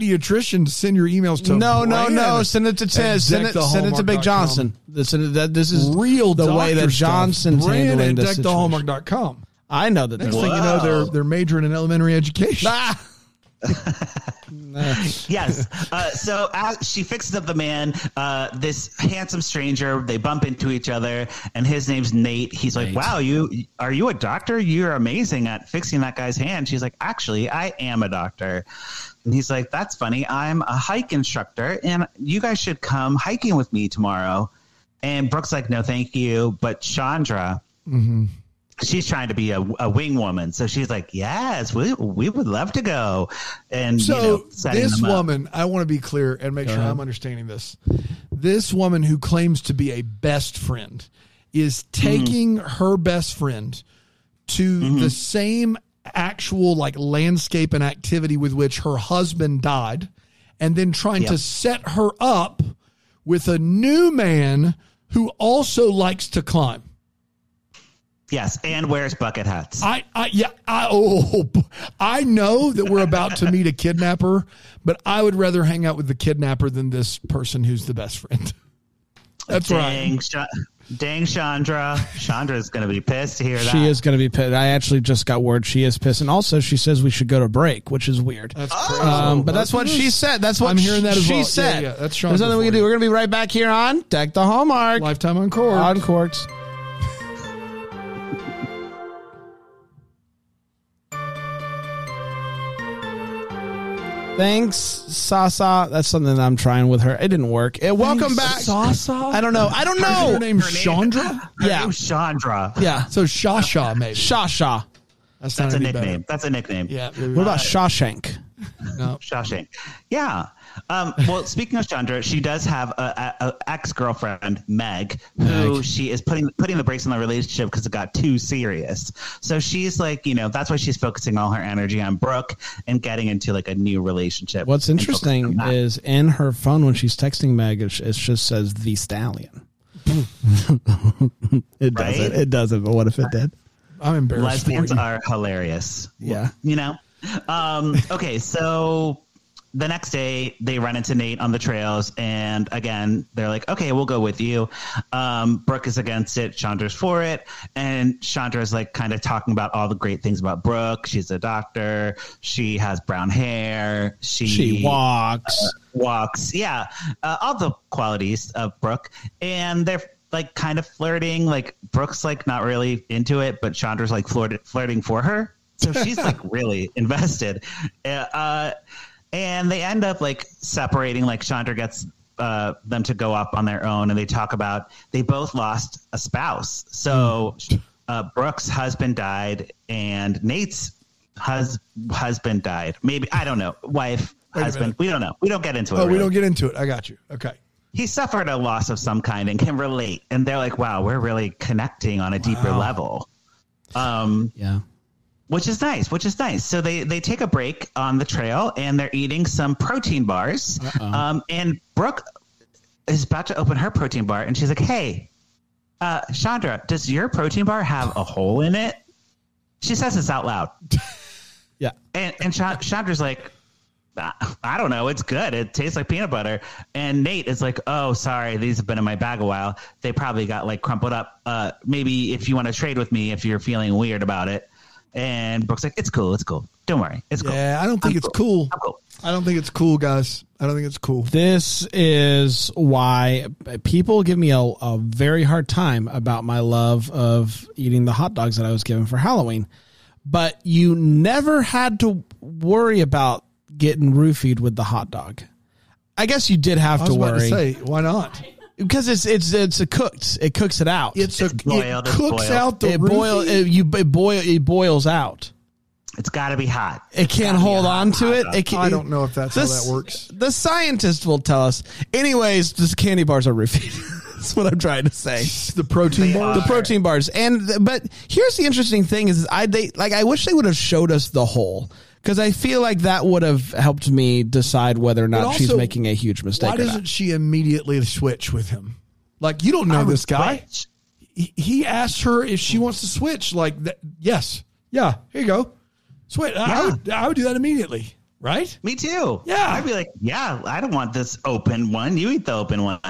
Speaker 3: your pediatricians send your emails to
Speaker 1: No, no,
Speaker 3: Bran
Speaker 1: no. Send it to
Speaker 3: at
Speaker 1: Ted. Send it. Send it to Big
Speaker 3: deckthehallmark.com.
Speaker 1: Johnson. This, that, this is
Speaker 3: Real
Speaker 1: the way
Speaker 3: doctor
Speaker 1: that
Speaker 3: stuff.
Speaker 1: Johnson's
Speaker 3: Bran
Speaker 1: handling
Speaker 3: at
Speaker 1: this. situation.
Speaker 3: deckthehallmark.com.
Speaker 1: I know that.
Speaker 3: Next
Speaker 1: they're-
Speaker 3: thing you know, they're
Speaker 2: Wow.
Speaker 3: they're majoring in elementary education.
Speaker 1: Ah!
Speaker 2: Yes. uh, so as she fixes up the man, uh, this handsome stranger, they bump into each other, and his name's Nate. He's like, "Wow, you are you a doctor? You're amazing at fixing that guy's hand." She's like, "Actually, I am a doctor." And he's like, "That's funny. I'm a hike instructor, and you guys should come hiking with me tomorrow." And Brooke's like, "No, thank you." But Chandra, she's trying to be a, a wing woman. So she's like, yes, we, we would love to go. And you know,
Speaker 3: So
Speaker 2: setting
Speaker 3: this
Speaker 2: them up.
Speaker 3: woman, I want to be clear and make sure I'm understanding this. This woman who claims to be a best friend is
Speaker 2: Mm-hmm.
Speaker 3: taking her best friend to the same actual like landscape and activity with which her husband died and then trying
Speaker 2: Yeah.
Speaker 3: to set her up with a new man who also likes to climb.
Speaker 2: yes, and wears bucket hats.
Speaker 3: I, I, yeah, I, oh, b- I know that we're about to meet a kidnapper, but I would rather hang out with the kidnapper than this person who's the best friend. That's right.
Speaker 2: dang, Sha- dang Chandra. Chandra's going to be pissed to hear that.
Speaker 1: She is going to be pissed. I actually just got word she is pissed, and also she says we should go to break, which is weird.
Speaker 3: Uh,
Speaker 2: Oh.
Speaker 1: um, but that's what she said. That's what
Speaker 3: I'm hearing that as
Speaker 1: she
Speaker 3: well. Yeah,
Speaker 1: said.
Speaker 3: yeah, that's Chandra
Speaker 1: There's nothing we can
Speaker 3: for
Speaker 1: do.
Speaker 3: you.
Speaker 1: We're going to be right back here on Deck the Hallmark
Speaker 3: Lifetime Encore.
Speaker 1: on Quartz. Thanks, Sasa. That's something that I'm trying with her. It didn't work. Eh, welcome back.
Speaker 3: Sasa?
Speaker 1: I don't know. I don't
Speaker 3: Is her
Speaker 1: know.
Speaker 3: name Chandra?
Speaker 2: Her
Speaker 1: Yeah.
Speaker 2: name's Chandra.
Speaker 1: Yeah.
Speaker 3: So Shasha, maybe.
Speaker 1: Shasha.
Speaker 3: not
Speaker 2: That's a
Speaker 3: any better.
Speaker 2: nickname. That's a nickname.
Speaker 3: Yeah.
Speaker 1: What about Shawshank?
Speaker 2: Shawshank. Yeah. Um, well, speaking of Chandra, she does have a, a, a ex girlfriend Meg, who she is putting putting the brakes on the relationship because it got too serious. So she's like, you know, that's why she's focusing all her energy on Brooke and getting into like a new relationship.
Speaker 1: What's
Speaker 2: and focusing on
Speaker 1: interesting
Speaker 2: that.
Speaker 1: is in her phone when she's texting Meg, it, it just says the stallion. it doesn't.
Speaker 2: Right?
Speaker 1: It doesn't. But what if it did?
Speaker 3: I'm embarrassed. for
Speaker 2: lesbians
Speaker 3: you.
Speaker 2: are hilarious.
Speaker 1: Yeah.
Speaker 2: you know um okay so the next day they run into nate on the trails and again they're like okay we'll go with you um brooke is against it chandra's for it and chandra's like kind of talking about all the great things about brooke she's a doctor she has brown hair she,
Speaker 1: She walks.
Speaker 2: walks yeah uh, all the qualities of brooke and they're like kind of flirting like brooke's like not really into it but chandra's like flirt- flirting for her so she's like really invested Uh, uh, and they end up like separating like chandra gets uh, them to go up on their own and they talk about they both lost a spouse so uh, brooke's husband died and nate's hus- husband died maybe i don't know wife
Speaker 3: a
Speaker 2: husband
Speaker 3: minute.
Speaker 2: we don't know we don't get into it
Speaker 3: Oh, we
Speaker 2: really
Speaker 3: don't get into it. I got you. Okay.
Speaker 2: he suffered a loss of some kind and can relate. And they're like, wow, we're really connecting on a deeper level. Um,
Speaker 1: Yeah.
Speaker 2: which is nice, which is nice. So they, they take a break on the trail and they're eating some protein bars.
Speaker 3: Uh-uh.
Speaker 2: Um, and Brooke is about to open her protein bar and she's like, hey, uh, Chandra, does your protein bar have a hole in it? She says this out loud.
Speaker 1: Yeah.
Speaker 2: And, and Cha- Chandra's like, I I don't know. It's good. It tastes like peanut butter. And Nate is like, oh, sorry. These have been in my bag a while. They probably got like crumpled up. Uh, maybe if you want to trade with me, if you're feeling weird about it. And Brooke's like, it's cool. It's cool. Don't worry. It's cool.
Speaker 3: Yeah, I don't think
Speaker 2: I'm
Speaker 3: it's cool.
Speaker 2: I'm cool.
Speaker 3: I don't think it's cool, guys. I don't think it's cool.
Speaker 1: This is why people give me a, a very hard time about my love of eating the hot dogs that I was given for Halloween. But you never had to worry about getting roofied with the hot dog. I guess you did have
Speaker 3: I
Speaker 1: to
Speaker 3: was about
Speaker 1: worry
Speaker 3: to say, why not?
Speaker 1: because it's it's it's a cooked. It cooks it out.
Speaker 3: It's, a,
Speaker 2: boiled,
Speaker 3: it
Speaker 2: it's
Speaker 3: cooks
Speaker 2: boiled.
Speaker 3: out the
Speaker 1: it boil
Speaker 3: roofie.
Speaker 1: it, you it boil it boils out.
Speaker 2: It's got to be hot.
Speaker 1: It can't hold on to it. it can,
Speaker 3: I don't know if that's how
Speaker 1: This-
Speaker 3: that works.
Speaker 1: The scientist will tell us. Anyways, this candy bars are roofied. That's what I'm trying to say.
Speaker 3: The protein bar.
Speaker 1: The protein bars, and but here's the interesting thing: is I they like I wish they would have showed us the whole because I feel like that would have helped me decide whether or not
Speaker 3: But
Speaker 1: she's
Speaker 3: also,
Speaker 1: making a huge mistake.
Speaker 3: Why
Speaker 1: or not.
Speaker 3: doesn't she immediately switch with him? Like you don't know this guy.
Speaker 2: Which-
Speaker 3: He, he asked her if she wants to switch. Like that, yes, yeah. Here you go. Switch. I- I,
Speaker 2: Yeah.
Speaker 3: would, I would do that immediately. Right.
Speaker 2: Me too.
Speaker 3: Yeah.
Speaker 2: I'd be like, yeah, I don't want this open one. You eat the open one.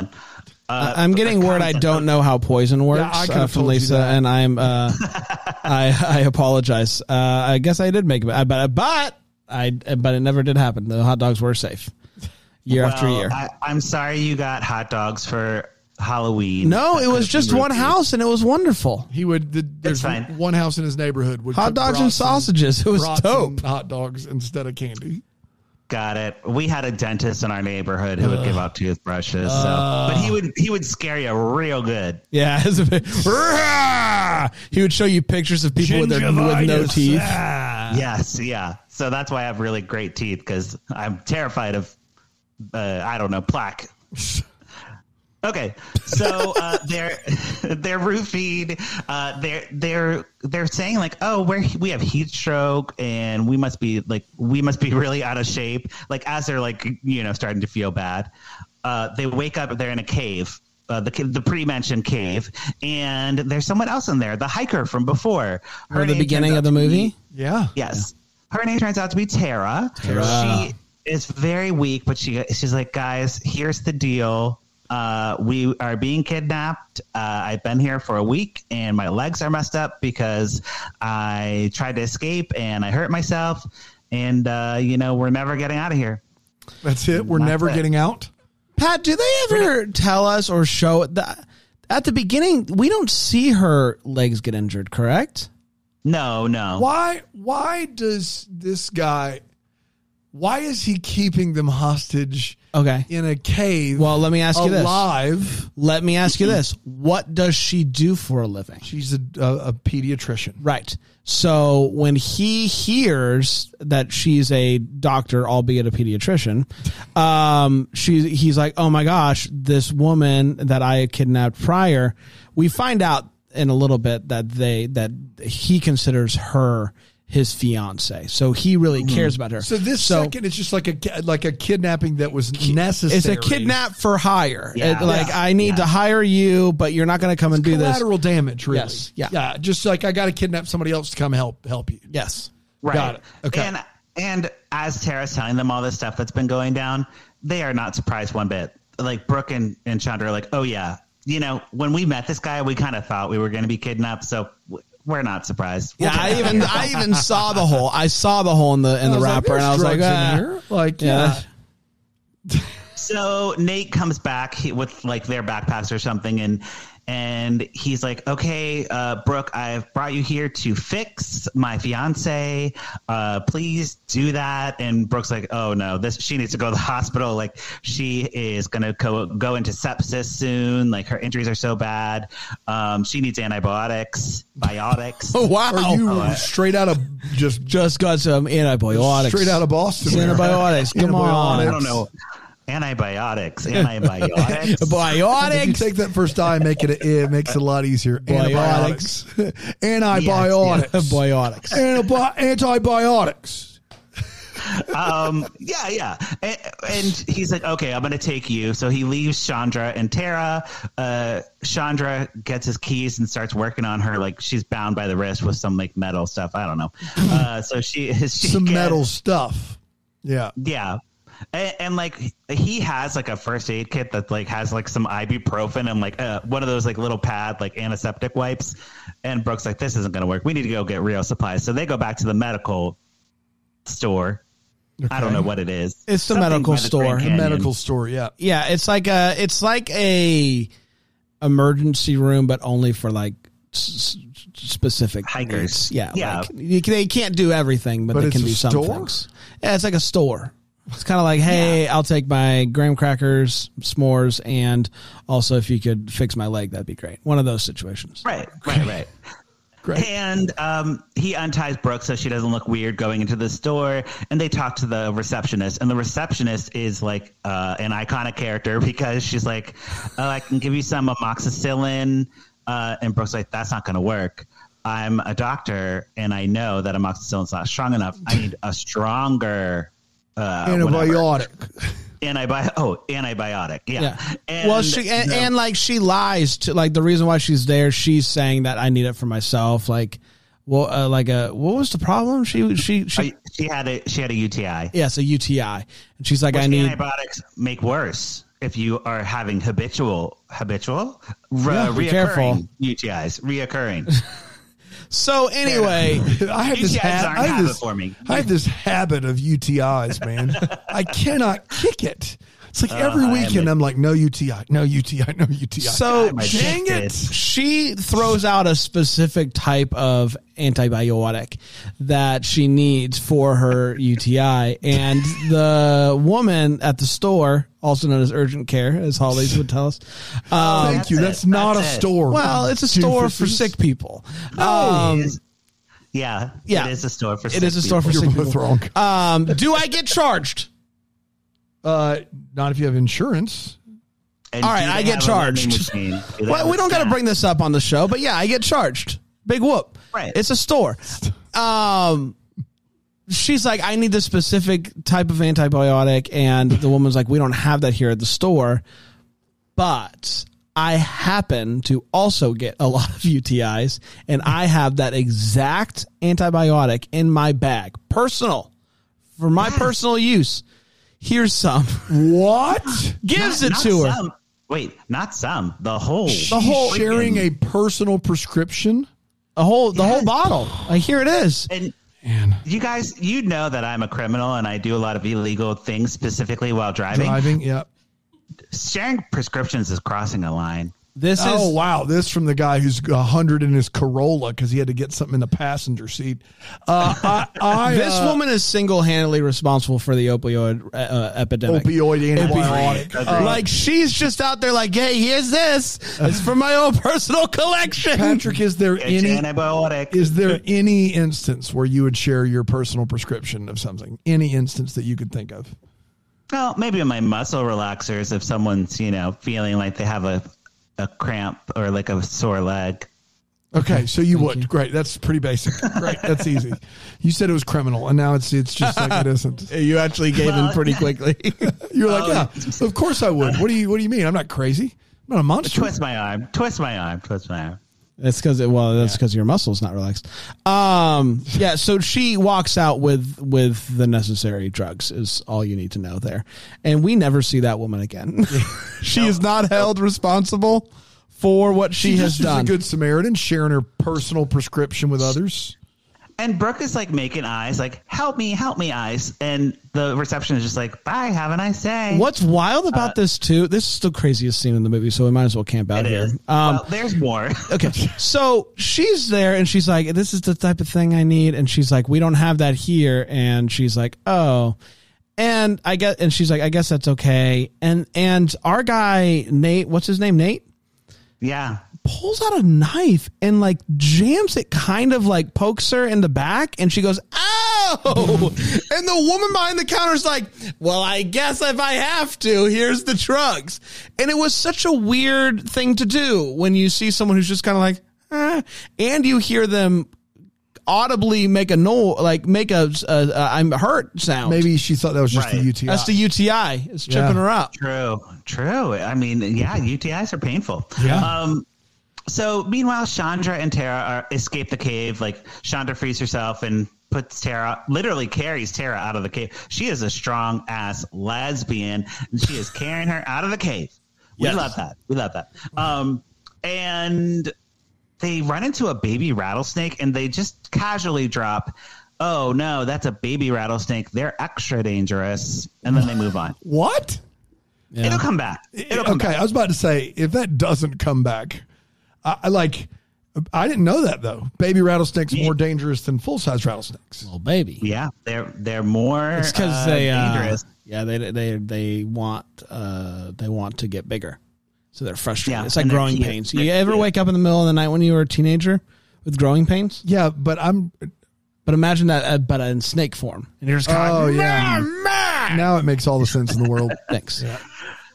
Speaker 2: Uh,
Speaker 1: I'm getting
Speaker 2: the
Speaker 1: word I
Speaker 2: concept
Speaker 1: don't know how poison works
Speaker 3: Yeah, I could've
Speaker 1: uh, from
Speaker 3: told you
Speaker 1: Lisa,
Speaker 3: that.
Speaker 1: and I'm uh, I I apologize. Uh, I guess I did make it, but uh, but I but it never did happen. The hot dogs were safe year after
Speaker 2: Well,
Speaker 1: year.
Speaker 2: Oh, I, I'm sorry you got hot dogs for Halloween.
Speaker 1: no,
Speaker 2: That
Speaker 1: it was
Speaker 2: could've been
Speaker 1: just one
Speaker 2: roofied.
Speaker 1: house, and it was wonderful.
Speaker 3: He would. The, there's
Speaker 2: fine.
Speaker 3: one house in his neighborhood. Would
Speaker 1: Hot
Speaker 3: cook
Speaker 1: dogs and
Speaker 3: brats
Speaker 1: sausages. It was
Speaker 3: brats
Speaker 1: dope.
Speaker 3: and Hot dogs instead of candy.
Speaker 2: Got it. We had a dentist in our neighborhood who would give out toothbrushes. So, but he would he would scare you real good.
Speaker 1: Yeah, it was a bit- Rah! he would show you pictures of people with their with no
Speaker 3: Gingivitis.
Speaker 1: teeth. Ah.
Speaker 2: yes, yeah. So that's why I have really great teeth because I'm terrified of uh, I don't know plaque. Okay, so uh, they're they're roofied. Uh, they're they're they're saying like, oh, we're we have heat stroke and we must be like we must be really out of shape. Like as they're like you know starting to feel bad, uh, they wake up. They're in a cave. Uh, the ca- the pre mentioned cave, and there's someone else in there. The hiker from before. Her
Speaker 1: Or the
Speaker 2: name turns
Speaker 1: beginning
Speaker 2: out
Speaker 1: of the
Speaker 2: to be-
Speaker 1: movie.
Speaker 3: Yeah.
Speaker 2: Yes. Her name turns out to be Tara. She is very weak, but she she's like, guys, here's the deal. Uh, we are being kidnapped. Uh, I've been here for a week, and my legs are messed up because I tried to escape and I hurt myself. And uh, you know, we're never getting out of here.
Speaker 3: That's it. We're never
Speaker 2: it.
Speaker 3: getting out.
Speaker 1: Pat, do they ever tell us or show it that at the beginning we don't see her legs get injured, correct?
Speaker 2: No, no.
Speaker 3: Why? Why does this guy? Why is he keeping them hostage
Speaker 1: Okay.
Speaker 3: in a cave?
Speaker 1: Well, let me ask you this.
Speaker 3: Alive.
Speaker 1: Let me ask you this. What does she do for a living?
Speaker 3: She's a, a, a pediatrician.
Speaker 1: Right. So when he hears that she's a doctor, albeit a pediatrician, um, she he's like, "Oh my gosh, this woman that I kidnapped prior." We find out in a little bit that they that he considers her his fiance, so he really cares about her.
Speaker 3: So this second is just like a ki- like a kidnapping that was necessary.
Speaker 1: It's a kidnap for hire.
Speaker 2: Yeah.
Speaker 1: It- like I need to hire you, but you're not going to come and do this.
Speaker 3: Collateral damage, really.
Speaker 1: Yes. Yeah.
Speaker 3: Yeah. Just like I got to kidnap somebody else to come help help you.
Speaker 1: Yes.
Speaker 2: Right.
Speaker 3: Got it. Okay.
Speaker 2: And and as Tara's telling them all this stuff that's been going down, they are not surprised one bit. Like Brooke and, and Chandra are like, oh yeah, you know, when we met this guy, we kind of thought we were going to be kidnapped, so w- we're not surprised.
Speaker 1: Yeah, I even I even saw the hole. I saw the hole in the in the
Speaker 3: I was like,
Speaker 1: wrapper, and I was
Speaker 3: "There's
Speaker 1: like,
Speaker 3: drugs in
Speaker 1: "Ah."
Speaker 3: here." like
Speaker 1: Yeah.
Speaker 3: yeah.
Speaker 2: So Nate comes back he- with like their backpacks or something, and and he's like, "Okay, uh, Brooke, I've brought you here to fix my fiance. Uh, please do that." And Brooke's like, "Oh no, this she needs to go to the hospital. Like she is gonna co- go into sepsis soon. Like her injuries are so bad. Um, she needs antibiotics, biotics.
Speaker 1: Oh, wow.
Speaker 3: Are you straight out of just
Speaker 1: just got some antibiotics.
Speaker 3: straight out of Boston?
Speaker 1: Some antibiotics. Come on.
Speaker 2: I don't know." Antibiotics, antibiotics.
Speaker 3: If you
Speaker 1: Biotics.
Speaker 3: take that first I, make it. A, it makes it a lot easier. Antibiotics. Antibiotics.
Speaker 1: Biotics.
Speaker 3: Antibi- antibiotics.
Speaker 2: um, yeah, yeah. And, and he's like, okay, I'm going to take you. So he leaves Chandra and Tara. Uh, Chandra gets his keys and starts working on her. Like she's bound by the wrist with some like metal stuff. I don't know. Uh, so she, she
Speaker 3: Some
Speaker 2: gets-
Speaker 3: metal stuff. Yeah.
Speaker 2: yeah. And, and like he has like a first aid kit that like has like some ibuprofen and like uh, one of those like little pad like antiseptic wipes. And Brooks like this isn't going to work. We need to go get real supplies. So they go back to the medical store. I don't know what it is.
Speaker 1: It's the
Speaker 2: Something
Speaker 1: medical
Speaker 2: by
Speaker 1: store.
Speaker 2: Grand Canyon.
Speaker 3: Medical store. Yeah.
Speaker 1: Yeah, it's like a it's like a emergency room, but only for like s- s- specific
Speaker 2: Hikers.
Speaker 1: needs. Yeah,
Speaker 2: Yeah.
Speaker 1: Like, you can- they can't do everything, but,
Speaker 3: But
Speaker 1: they
Speaker 3: it's
Speaker 1: can
Speaker 3: a
Speaker 1: do some
Speaker 3: store?
Speaker 1: things. Yeah, it's like a store. It's kind of like, hey, I'll take my graham crackers, s'mores, and also if you could fix my leg, that'd be great. One of those situations.
Speaker 2: Right, right, right. And um, he unties Brooke so she doesn't look weird going into the store. And they talk to the receptionist. And the receptionist is like uh, an iconic character because she's like, oh, I can give you some amoxicillin. Uh, and Brooke's like, that's not going to work. I'm a doctor and I know that amoxicillin's not strong enough. I need a stronger uh, whatever.
Speaker 3: Antibiotic.
Speaker 2: Antibi- oh, antibiotic. Yeah.
Speaker 1: Yeah.
Speaker 2: And
Speaker 1: well, she and,
Speaker 2: the-
Speaker 1: and like she lies to like the reason why she's there. She's saying that I need it for myself. Like, well, uh, like a what was the problem? She she she.
Speaker 2: she, she had a she had a UTI.
Speaker 1: Yes, a UTI, and she's like, I
Speaker 2: Which
Speaker 1: need.
Speaker 2: antibiotics make worse if you are having habitual habitual re-
Speaker 1: Yeah, be
Speaker 2: reoccurring
Speaker 1: careful.
Speaker 2: UTIs reoccurring.
Speaker 1: So anyway,
Speaker 3: I have this
Speaker 2: UTIs
Speaker 3: ha-
Speaker 2: aren't
Speaker 3: I have
Speaker 2: habit
Speaker 3: this,
Speaker 2: forming.
Speaker 3: I have this habit of UTIs, man. I cannot kick it. It's like every
Speaker 2: I am
Speaker 3: weekend
Speaker 2: a-
Speaker 3: I'm like, no UTI, no UTI, no UTI.
Speaker 1: so
Speaker 2: I'm
Speaker 1: dang
Speaker 2: addicted.
Speaker 1: it, she throws out a specific type of antibiotic that she needs for her UTI, and the woman at the store, also known as urgent care, as Hollies would tell us, um,
Speaker 3: Thank
Speaker 2: that's
Speaker 3: you.
Speaker 2: it.
Speaker 3: That's not
Speaker 2: That's
Speaker 3: a
Speaker 2: it.
Speaker 3: store.
Speaker 1: well, it's a store for
Speaker 3: doofuses.
Speaker 1: sick people. Um,
Speaker 2: yeah,
Speaker 1: Yeah.
Speaker 2: It is a store for.
Speaker 1: it is a store for
Speaker 3: You're
Speaker 1: sick
Speaker 3: both
Speaker 1: people.
Speaker 3: wrong.
Speaker 1: Um, do I get charged?
Speaker 3: Uh, not if you have insurance.
Speaker 1: All right, I get charged. Well, we don't got to bring this up on the show, but yeah, I get charged. Big whoop.
Speaker 2: Right.
Speaker 1: It's a store. Um, she's like, I need this specific type of antibiotic, and the woman's like, we don't have that here at the store, but I happen to also get a lot of UTIs, and I have that exact antibiotic in my bag, personal, for my personal use. Here's some.
Speaker 3: What?
Speaker 1: Gives it to her.
Speaker 2: Some, wait, not some. The whole.
Speaker 3: The
Speaker 2: whole-
Speaker 3: sharing a personal prescription.
Speaker 1: A whole the whole bottle. Like here it is.
Speaker 2: And you guys, you know that I'm a criminal and I do a lot of illegal things, specifically while driving.
Speaker 3: Driving. Yeah.
Speaker 2: Sharing prescriptions is crossing a line.
Speaker 1: This
Speaker 3: oh
Speaker 1: is
Speaker 3: wow, this from the guy who's a hundred in his Corolla because he had to get something in the passenger seat. Uh, I, I,
Speaker 1: this
Speaker 3: uh,
Speaker 1: woman is single-handedly responsible for the opioid uh, uh, epidemic.
Speaker 3: opioid antibiotic.
Speaker 2: Agreed.
Speaker 3: Uh,
Speaker 1: like she's just out there, like, hey, here's this. It's for my own personal collection.
Speaker 3: Patrick, is there
Speaker 2: It's
Speaker 3: any
Speaker 2: antibiotic.
Speaker 3: is there any instance where you would share your personal prescription of something? Any instance that you could think of?
Speaker 2: Well, maybe my muscle relaxers if someone's, you know, feeling like they have a, a cramp or like a sore leg.
Speaker 3: Okay, so you would. Great. That's pretty basic. Great. That's easy. You said it was criminal, and now it's it's just like it isn't.
Speaker 1: You actually gave in pretty quickly.
Speaker 3: You're
Speaker 2: Oh,
Speaker 3: like, yeah, of course I would. What do you What do you mean? I'm not crazy. I'm not a monster.
Speaker 2: Twist my arm. Twist my arm. Twist my arm.
Speaker 1: That's because it. Well, that's because your muscles not relaxed. Um. Yeah. So she walks out with with the necessary drugs. Is all you need to know there. And we never see that woman again. she is not held responsible for what she,
Speaker 3: She
Speaker 1: has
Speaker 3: just is
Speaker 1: done.
Speaker 3: a good Samaritan, sharing her personal prescription with others.
Speaker 2: And Brooke is like making eyes, like, help me, help me, eyes. And the receptionist is just like, bye, have a nice day.
Speaker 1: What's wild about this too? This is the craziest scene in the movie, so we might as well camp out
Speaker 2: Uh, It
Speaker 1: here.
Speaker 2: is.
Speaker 1: Um,
Speaker 2: well, there's more.
Speaker 1: okay. So she's there and she's like, this is the type of thing I need. And she's like, we don't have that here. And she's like, oh. And I guess, and she's like, I guess that's okay. And, and our guy, Nate, what's his name? Nate
Speaker 2: yeah.
Speaker 1: pulls out a knife and like jams it kind of like pokes her in the back and she goes, Oh, and the woman behind the counter's like, well, I guess if I have to, here's the drugs. And it was such a weird thing to do when you see someone who's just kind of like, eh, and you hear them audibly make a no, like make a, a, a I'm hurt sound.
Speaker 3: Maybe she thought that was just
Speaker 2: Right.
Speaker 3: the UTI.
Speaker 1: that's the UTI. It's
Speaker 3: Yeah.
Speaker 1: tripping her up.
Speaker 2: True, true. I mean, yeah, UTIs are painful.
Speaker 3: Yeah.
Speaker 2: Um, so meanwhile, Chandra and Tara are, escape the cave. Like Chandra frees herself and puts Tara, literally carries Tara out of the cave. She is a strong ass lesbian, and she is carrying her out of the cave. We love that. We love that. Um, and they run into a baby rattlesnake and they just casually drop, "Oh no, that's a baby rattlesnake. They're extra dangerous." And then they move on.
Speaker 3: what?
Speaker 2: It'll come back. It'll come
Speaker 3: okay,
Speaker 2: back.
Speaker 3: I was about to say if that doesn't come back, I, I like. I didn't know that though. Baby rattlesnakes more dangerous than full size rattlesnakes.
Speaker 1: Well, baby.
Speaker 2: Yeah, they're they're more.
Speaker 1: It's because
Speaker 2: uh,
Speaker 1: they uh,
Speaker 2: dangerous.
Speaker 1: yeah they they they want uh they want to get bigger, so they're frustrated.
Speaker 2: Yeah,
Speaker 1: it's like
Speaker 2: and they're
Speaker 1: growing
Speaker 2: cute.
Speaker 1: pains.
Speaker 2: They're
Speaker 1: You ever
Speaker 2: cute.
Speaker 1: wake up in the middle of the night when you were a teenager with growing pains?
Speaker 3: Yeah, but I'm.
Speaker 1: But imagine that, uh, but in snake form, and you're just kind
Speaker 3: Oh
Speaker 1: of
Speaker 3: yeah. Now it makes all the sense in the world.
Speaker 1: thanks.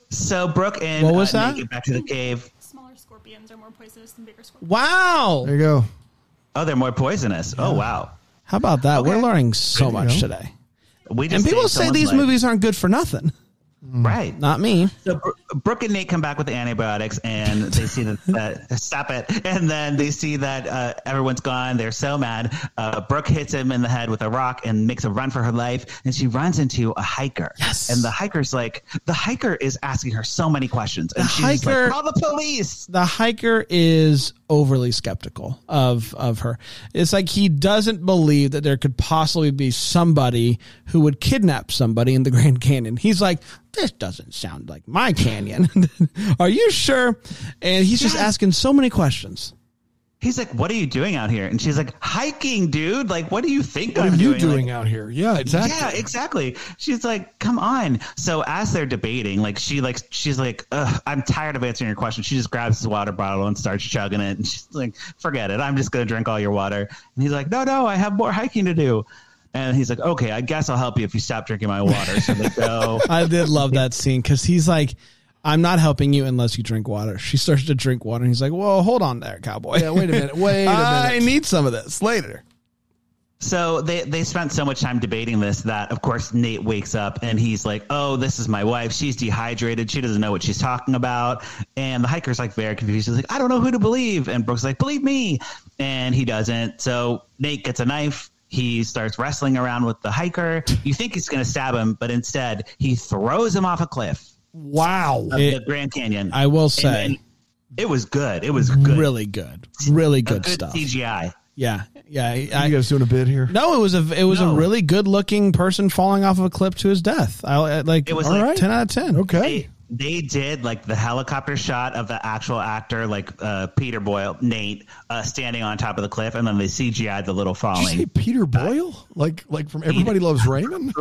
Speaker 2: So Brooke and
Speaker 1: What was
Speaker 2: uh, Nate
Speaker 1: that?
Speaker 2: get back to the cave.
Speaker 7: Smaller scorpions are more poisonous than bigger scorpions.
Speaker 1: Wow,
Speaker 3: There you go.
Speaker 2: Oh, they're more poisonous. Oh wow.
Speaker 1: how about that? We're learning so much
Speaker 3: go.
Speaker 1: today,
Speaker 2: We just
Speaker 1: and people
Speaker 2: saved
Speaker 1: say
Speaker 2: someone's
Speaker 1: these
Speaker 2: life.
Speaker 1: movies aren't good for nothing.
Speaker 2: right.
Speaker 1: Not me.
Speaker 2: So Bro- Brooke and Nate come back with the antibiotics, and they see that uh, stop it, and then they see that uh, everyone's gone. They're so mad. Uh, Brooke hits him in the head with a rock and makes a run for her life, and she runs into a hiker. Yes. And the hiker's like, the hiker is asking her so many questions, and
Speaker 1: The
Speaker 2: she's just
Speaker 1: hiker-
Speaker 2: like, call the police.
Speaker 1: the hiker is overly skeptical of of her. It's like he doesn't believe that there could possibly be somebody who would kidnap somebody in the Grand Canyon. He's like, this doesn't sound like my canyon. Are you sure? And he's just
Speaker 2: Yes.
Speaker 1: asking so many questions.
Speaker 2: He's like, "What are you doing out here?" And she's like, "Hiking, dude. Like, what do you think
Speaker 3: What
Speaker 2: I'm
Speaker 3: are you
Speaker 2: doing?"
Speaker 3: doing
Speaker 2: Like,
Speaker 3: out here? Yeah, exactly.
Speaker 2: yeah, exactly. She's like, "Come on." So as they're debating, like she like she's like, Ugh, "I'm tired of answering your question." She just grabs his water bottle and starts chugging it, and she's like, "Forget it. I'm just gonna drink all your water." And he's like, "No, no, I have more hiking to do." And he's like, "Okay, I guess I'll help you if you stop drinking my water." So they go.
Speaker 1: I did love that scene because he's like, I'm not helping you unless you drink water. She starts to drink water and he's like, Whoa, hold on there, cowboy.
Speaker 3: Yeah, wait a minute. Wait a
Speaker 1: I
Speaker 3: minute.
Speaker 1: need some of this later.
Speaker 2: So they, they spent so much time debating this that, of course, Nate wakes up and he's like, Oh, this is my wife. She's dehydrated. She doesn't know what she's talking about. And the hiker's like very confused. He's like, I don't know who to believe. And Brooke's like, Believe me. And he doesn't. So Nate gets a knife. He starts wrestling around with the hiker. You think he's going to stab him, but instead he throws him off a cliff
Speaker 3: Wow.
Speaker 2: of
Speaker 1: It-
Speaker 2: the Grand Canyon.
Speaker 1: I will
Speaker 2: And
Speaker 1: say.
Speaker 2: then- it was good. It was good.
Speaker 1: Really good. Really
Speaker 2: A
Speaker 1: good, stuff.
Speaker 2: CGI.
Speaker 1: Yeah, yeah. I,
Speaker 3: you
Speaker 1: I,
Speaker 3: guys doing a bit here?
Speaker 1: no, it was a it was
Speaker 2: No.
Speaker 1: a really good looking person falling off of a cliff to his death. I, I like
Speaker 2: It was
Speaker 1: all
Speaker 2: like-
Speaker 1: right, ten out of ten.
Speaker 3: Okay.
Speaker 2: They, they did like the helicopter shot of the actual actor, like uh, Peter Boyle, Nate, uh, standing on top of the cliff, and then they CGI'd the little
Speaker 3: Did you say
Speaker 2: falling.
Speaker 3: Peter Boyle? Like like from Everybody Loves Raymond?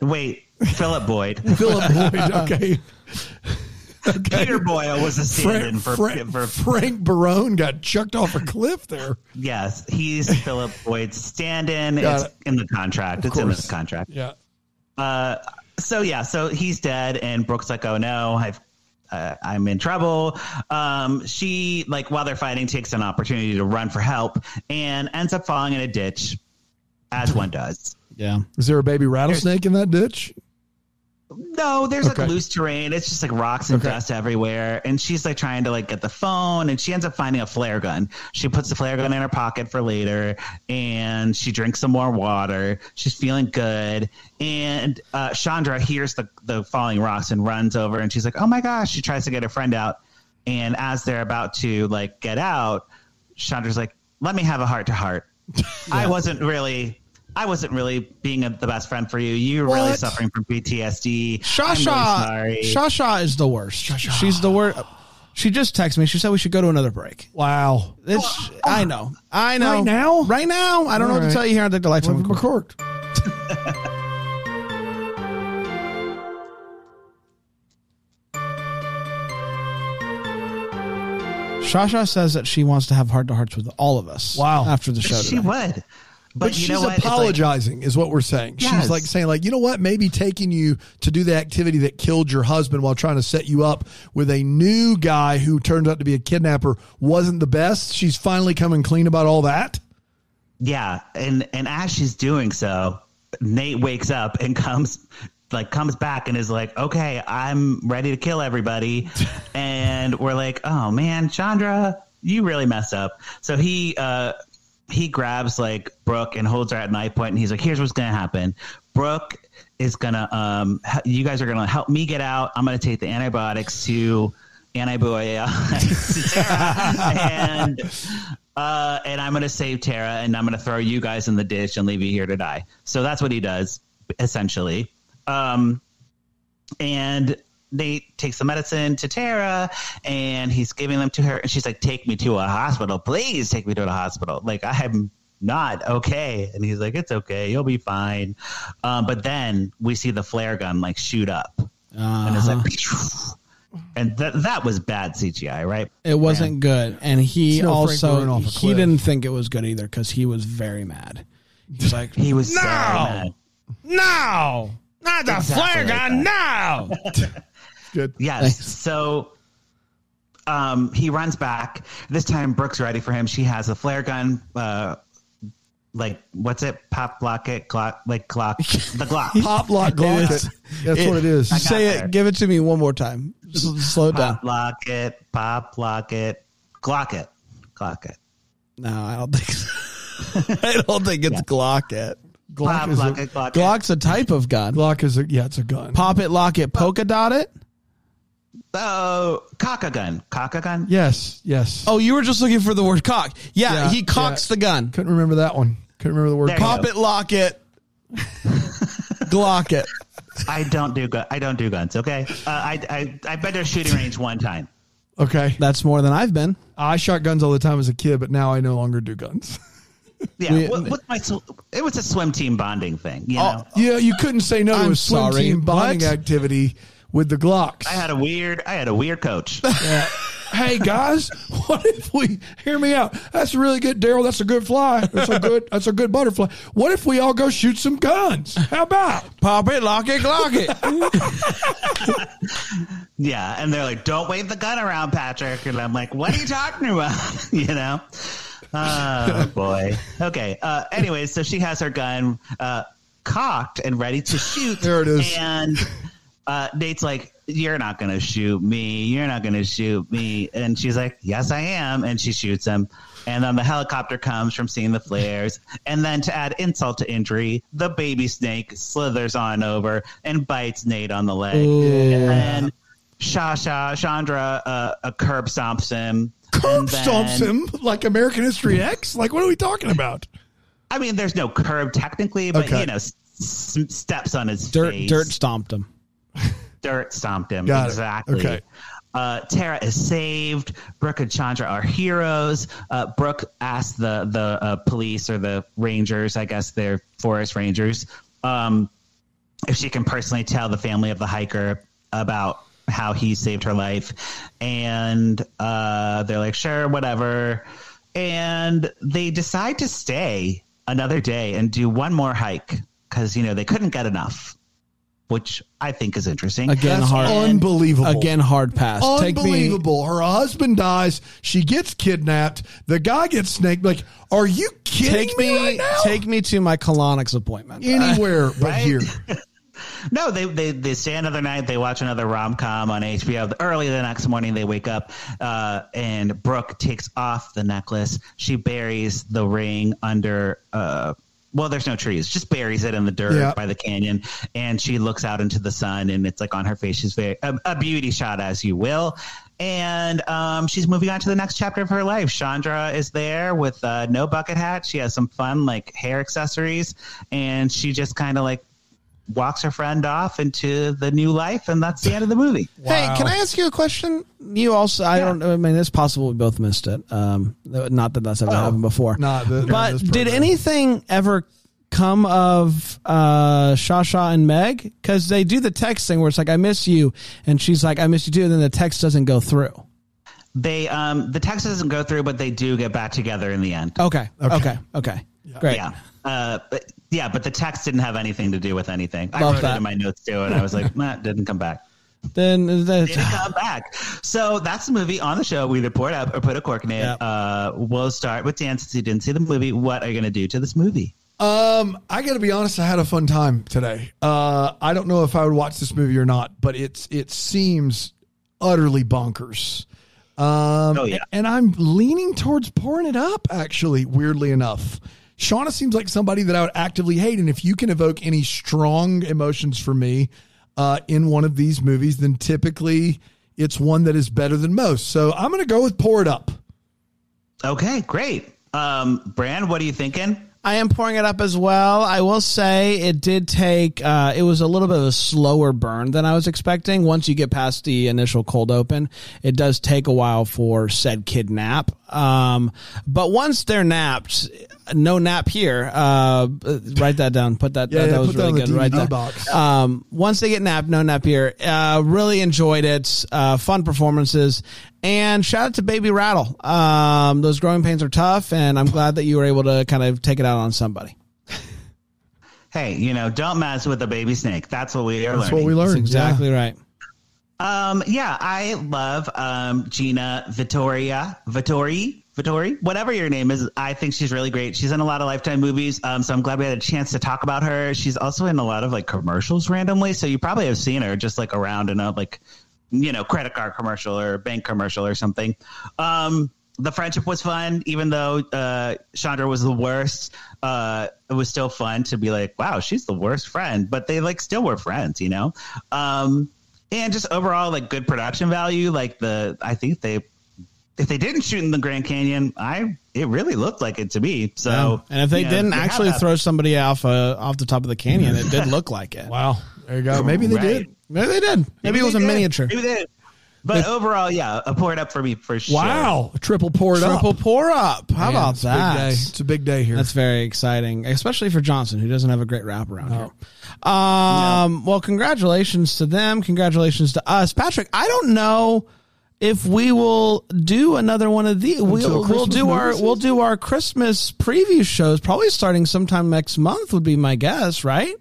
Speaker 2: Wait, Philip Boyd.
Speaker 3: Philip Boyd. Okay.
Speaker 2: Peter Boyle was a stand-in
Speaker 3: Frank,
Speaker 2: for,
Speaker 3: Frank,
Speaker 2: for
Speaker 3: Frank Barone got chucked off a cliff there.
Speaker 2: yes, he's Philip Boyd's stand-in.
Speaker 3: Got
Speaker 2: It's
Speaker 3: it.
Speaker 2: in the contract. it's in
Speaker 3: course.
Speaker 2: the contract.
Speaker 3: Yeah.
Speaker 2: Uh, so yeah, so he's dead, and Brooke's like, "Oh no, I've." Uh, I'm in trouble. Um, she, like, while they're fighting, takes an opportunity to run for help and ends up falling in a ditch, as one does.
Speaker 1: Yeah.
Speaker 3: Is there a baby rattlesnake in that ditch?
Speaker 2: No, there's
Speaker 3: Okay.
Speaker 2: like loose terrain. It's just like rocks and dust everywhere. And she's like trying to like get the phone and she ends up finding a flare gun. She puts the flare gun in her pocket for later and she drinks some more water. She's feeling good. And uh, Chandra hears the, the falling rocks and runs over and she's like, oh my gosh. She tries to get her friend out. And as they're about to like get out, Chandra's like, let me have a heart to heart. I wasn't really. I wasn't really being a, the best friend for you. You're really
Speaker 1: What?
Speaker 2: suffering from PTSD. I'm
Speaker 1: Shasha
Speaker 2: really
Speaker 1: Shasha is the worst. She's the worst. She just texted me. She said we should go to another break.
Speaker 3: Wow.
Speaker 1: It's, I know. I know.
Speaker 3: Right now?
Speaker 1: Right now. I don't know what
Speaker 3: Alright.
Speaker 1: to tell you here on the Delightful
Speaker 3: Well,
Speaker 1: McCourt.
Speaker 3: McCorked.
Speaker 1: Shasha says that she wants to have heart to hearts with all of us.
Speaker 3: Wow.
Speaker 1: After the show.
Speaker 2: She
Speaker 1: today.
Speaker 2: would. But,
Speaker 3: But,
Speaker 2: you
Speaker 3: she's
Speaker 2: know what? It's like-
Speaker 3: apologizing, is what we're saying.
Speaker 2: Yes.
Speaker 3: She's like saying, like, you know what? Maybe taking you to do the activity that killed your husband while trying to set you up with a new guy who turns out to be a kidnapper wasn't the best. She's finally coming clean about all that.
Speaker 2: yeah, and and as she's doing so, Nate wakes up and comes like comes back and is like, "Okay, I'm ready to kill everybody." and we're like, "Oh man, Chandra, you really messed up." So he uh he grabs like Brooke and holds her at knife point, and he's like, "Here's what's gonna happen. Brooke is gonna, um, h- you guys are gonna help me get out. I'm gonna take the antibiotics to antibiotics to Tara, and uh, and I'm gonna save Tara, and I'm gonna throw you guys in the ditch and leave you here to die. So that's what he does essentially. Um, and Nate takes the medicine to Tara and he's giving them to her. And she's like, Take me to a hospital. Please take me to the hospital. Like, I'm not okay. And he's like, It's okay. You'll be fine. Um, but then we see the flare gun like shoot up. And it's like, and th- that was bad CGI, right?
Speaker 1: It wasn't good, and he
Speaker 3: It's no Frank Warren
Speaker 1: also
Speaker 3: off a
Speaker 1: he
Speaker 3: cliff.
Speaker 1: didn't think it was good either because he was very mad. He's like,
Speaker 2: He was so
Speaker 1: No!
Speaker 2: mad.
Speaker 1: no, not the flare
Speaker 2: Exactly
Speaker 1: gun, no.
Speaker 2: Yes. So um, he runs back. This time, Brooke's ready for him. She has a flare gun. Uh, like what's it? Pop lock it clock like clock the clock.
Speaker 3: Pop lock Glock.
Speaker 1: It's-
Speaker 3: it. That's what it is.
Speaker 1: Say
Speaker 2: there.
Speaker 1: it. Give it to me one more time. S- slow it down.
Speaker 2: Pop lock it. Pop lock it. Clock it. Clock it.
Speaker 1: No, I don't think. So. I don't think it's Glock. It
Speaker 2: Pop
Speaker 3: is
Speaker 2: lock
Speaker 3: a-
Speaker 2: it. Clock it.
Speaker 1: Glock's a type of gun.
Speaker 3: Glock is a yeah, it's a gun.
Speaker 1: Pop it, lock it, polka dot it.
Speaker 2: Oh, cock a gun. Cock a gun.
Speaker 3: Yes, yes.
Speaker 1: Oh, you were just looking for the word cock. Yeah,
Speaker 3: Yeah,
Speaker 1: he cocks
Speaker 3: yeah.
Speaker 1: the gun.
Speaker 3: couldn't remember that one. Couldn't remember the word.
Speaker 2: There you
Speaker 3: Pop
Speaker 1: Pop
Speaker 2: go.
Speaker 1: it, lock it, Glock it.
Speaker 2: I don't do gun. I don't do guns. Okay. Uh, I I I better shooting range one time.
Speaker 3: Okay.
Speaker 1: That's more than I've been.
Speaker 3: I shot guns all the time as a kid, but now I no longer do guns.
Speaker 2: Yeah.
Speaker 1: We-
Speaker 2: what, what's my? sw- It was a swim team bonding thing. You know.
Speaker 3: yeah, you couldn't say no
Speaker 1: I'm
Speaker 3: to a swim
Speaker 1: sorry,
Speaker 3: team bonding
Speaker 1: what?
Speaker 3: activity with the Glocks.
Speaker 2: I had a weird. I had a weird coach.
Speaker 3: hey guys, what if we hear me out? That's really good, Daryl. That's a good fly. That's a good. That's a good butterfly. What if we all go shoot some guns? How about?
Speaker 1: Pop it, lock it, Glock it.
Speaker 2: Yeah, and they're like, "Don't wave the gun around, Patrick." And I'm like, "What are you talking about?" you know? Oh boy. Okay. Uh, anyway, so she has her gun uh, cocked and ready to shoot.
Speaker 3: There it is.
Speaker 2: And uh, Nate's like, "You're not gonna shoot me. You're not gonna shoot me." And she's like, "Yes, I am." And she shoots him. And then the helicopter comes from seeing the flares. And then to add insult to injury, the baby snake slithers on over and bites Nate on the leg. And then Shasha Chandra uh, a curb stomps him.
Speaker 3: Curb
Speaker 2: And then-
Speaker 3: stomps him like American History X. Like, what are we talking about?
Speaker 2: I mean, there's no curb technically, but
Speaker 3: Okay.
Speaker 2: you know, s- s- steps on his
Speaker 1: Dirt,
Speaker 2: face.
Speaker 1: dirt stomped him.
Speaker 2: dirt stomped him.
Speaker 3: Got it.
Speaker 2: exactly.
Speaker 3: Okay.
Speaker 2: Uh, Tara is saved. Brooke and Chandra are heroes. Uh, Brooke asks the the uh, police or the rangers, I guess they're forest rangers, um, if she can personally tell the family of the hiker about how he saved her life. And uh, they're like, sure, whatever. And they decide to stay another day and do one more hike because, you know, they couldn't get enough, which I think is interesting.
Speaker 1: Again,
Speaker 3: That's
Speaker 1: hard.
Speaker 3: unbelievable.
Speaker 1: Again, hard pass. Take me-
Speaker 3: Unbelievable. Her husband dies. She gets kidnapped. The guy gets snaked. Like, are you kidding
Speaker 1: Take
Speaker 3: me?
Speaker 1: me,
Speaker 3: right now?
Speaker 1: take me to my colonics appointment.
Speaker 3: anywhere but here.
Speaker 2: No, they, they they stay another night. They watch another rom com on HBO. Early the next morning, they wake up, uh, and Brooke takes off the necklace. She buries the ring under. Uh, well, there's no trees. Just buries it in the dirt
Speaker 3: Yeah.
Speaker 2: by the canyon, and she looks out into the sun, and it's like on her face. She's very a, a beauty shot, as you will. And um, she's moving on to the next chapter of her life. Chandra is there with uh, no bucket hat. She has some fun like hair accessories, and she just kind of like walks her friend off into the new life, and that's the end of the movie.
Speaker 1: Hey, can I ask you a question? You also, I don't. I mean, it's possible we both missed it. Um, not that that's ever happened before.
Speaker 3: Not Oh. the-
Speaker 1: but
Speaker 3: this
Speaker 1: did
Speaker 3: program.
Speaker 1: anything ever come of uh, Shasha and Meg? Because they do the text thing where it's like, "I miss you," and she's like, "I miss you too," and then the text doesn't go through.
Speaker 2: They um, the text doesn't go through, but they do get back together in the end.
Speaker 1: Okay. Okay. Okay. Great.
Speaker 2: Yeah. Uh, but, yeah, but the text didn't have anything to do with anything. I
Speaker 1: Love
Speaker 2: wrote
Speaker 1: that.
Speaker 2: it in my notes too, and I was like, nah, it didn't come back.
Speaker 1: Then uh,
Speaker 2: didn't
Speaker 1: that,
Speaker 2: come back. So that's the movie on the show. We either pour it up or put a cork in it.
Speaker 1: Yep.
Speaker 2: Uh, we'll start with Dan since you didn't see the movie. What are you going to do to this movie?
Speaker 3: Um, I got to be honest. I had a fun time today. Uh, I don't know if I would watch this movie or not, but it's it seems utterly bonkers. Um,
Speaker 2: Oh, yeah.
Speaker 3: and I'm leaning towards pouring it up. Actually, weirdly enough, Shauna seems like somebody that I would actively hate. And if you can evoke any strong emotions for me uh, in one of these movies, then typically it's one that is better than most. So I'm going to go with pour it up.
Speaker 2: Okay, great. Um, Brand, what are you thinking?
Speaker 1: I am pouring it up as well. I will say it did take. Uh, it was a little bit of a slower burn than I was expecting. Once you get past the initial cold open, it does take a while for said kid nap. Um, but once they're napped, no nap here. Uh, write that down. Put that.
Speaker 3: Yeah,
Speaker 1: that,
Speaker 3: yeah,
Speaker 1: was
Speaker 3: put that
Speaker 1: really
Speaker 3: on
Speaker 1: good.
Speaker 3: the
Speaker 1: Write
Speaker 3: DVD
Speaker 1: that.
Speaker 3: box.
Speaker 1: Um, once they get napped, no nap here. Uh, really enjoyed it. Uh, fun performances. And shout out to Baby Rattle. Um, those growing pains are tough, and I'm glad that you were able to kind of take it out on somebody.
Speaker 2: Hey, you know, don't mess with the baby snake. That's what we are
Speaker 3: That's
Speaker 2: learning.
Speaker 3: what we learned.
Speaker 1: That's exactly right.
Speaker 2: Um, yeah, I love um, Gina Vittoria, Vittori, Vittori, whatever your name is. I think she's really great. She's in a lot of Lifetime movies, um, so I'm glad we had a chance to talk about her. She's also in a lot of like commercials randomly, so you probably have seen her just like around in a like, you know, credit card commercial or bank commercial or something. Um, the friendship was fun, even though uh, Chandra was the worst. Uh, it was still fun to be like, wow, she's the worst friend, but they like still were friends, you know. Um, and just overall like good production value like the i think they if they didn't shoot in the grand canyon i it really looked like it to me
Speaker 3: Oh,
Speaker 2: so
Speaker 1: Um, and if they
Speaker 2: you know,
Speaker 1: didn't
Speaker 2: you have
Speaker 1: actually
Speaker 2: that.
Speaker 1: throw somebody off uh, off the top of the canyon, it did look like it.
Speaker 3: Wow. There you go. Maybe they
Speaker 2: Right.
Speaker 3: did. Maybe they did.
Speaker 1: Maybe it was a
Speaker 2: They did.
Speaker 1: miniature.
Speaker 2: Maybe they did. but overall yeah a pour it up for me for sure
Speaker 3: Wow. Triple pour it up.
Speaker 1: Triple pour up. How about
Speaker 3: Man, it's a big
Speaker 1: that?
Speaker 3: day. It's a big day here.
Speaker 1: That's very exciting, especially for Johnson, who doesn't have a great wrap around here. Um, Well, congratulations to them. Congratulations to us, Patrick. I don't know if we will do another one of these. We'll, we'll
Speaker 3: Christmas
Speaker 1: do our
Speaker 3: movie
Speaker 1: we'll do our Christmas preview shows probably starting sometime next month would be my guess, right?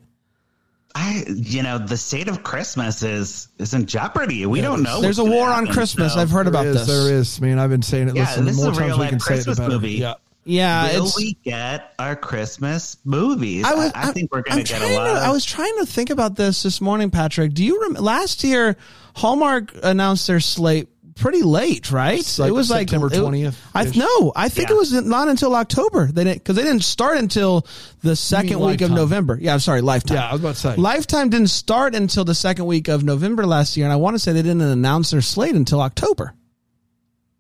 Speaker 2: i you know the state of christmas is is in jeopardy we don't know
Speaker 1: There's a
Speaker 2: what's gonna
Speaker 1: war on
Speaker 2: happen,
Speaker 1: Christmas.
Speaker 2: so-
Speaker 1: I've heard about
Speaker 3: there
Speaker 1: this.
Speaker 3: is, There is. Man, I've been saying it.
Speaker 2: Yeah,
Speaker 3: listen,
Speaker 2: this
Speaker 3: the
Speaker 2: is
Speaker 3: more
Speaker 2: a
Speaker 3: times we
Speaker 2: real-life
Speaker 3: can say it, the
Speaker 2: Christmas
Speaker 3: better.
Speaker 2: movie.
Speaker 3: Yeah.
Speaker 1: Yeah,
Speaker 2: Will
Speaker 1: Uh, it's-
Speaker 2: we get our Christmas movies? I,
Speaker 1: was-
Speaker 2: I think we're going
Speaker 1: I'm
Speaker 2: to get a
Speaker 1: trying
Speaker 2: lot.
Speaker 1: I was trying to think about this this morning, Patrick. Do you remember last year Hallmark announced their slate pretty late, right?
Speaker 3: like
Speaker 1: it was like
Speaker 3: September
Speaker 1: it-
Speaker 3: 20th
Speaker 1: I
Speaker 3: -ish.
Speaker 1: no, I think
Speaker 2: Yeah.
Speaker 1: it was not until October. They didn't because they didn't start until the second week of
Speaker 3: Lifetime?
Speaker 1: November. Yeah, I'm sorry, Lifetime.
Speaker 3: Yeah, I was about to say.
Speaker 1: Lifetime didn't start until the second week of November last year, and I want to say they didn't announce their slate until October.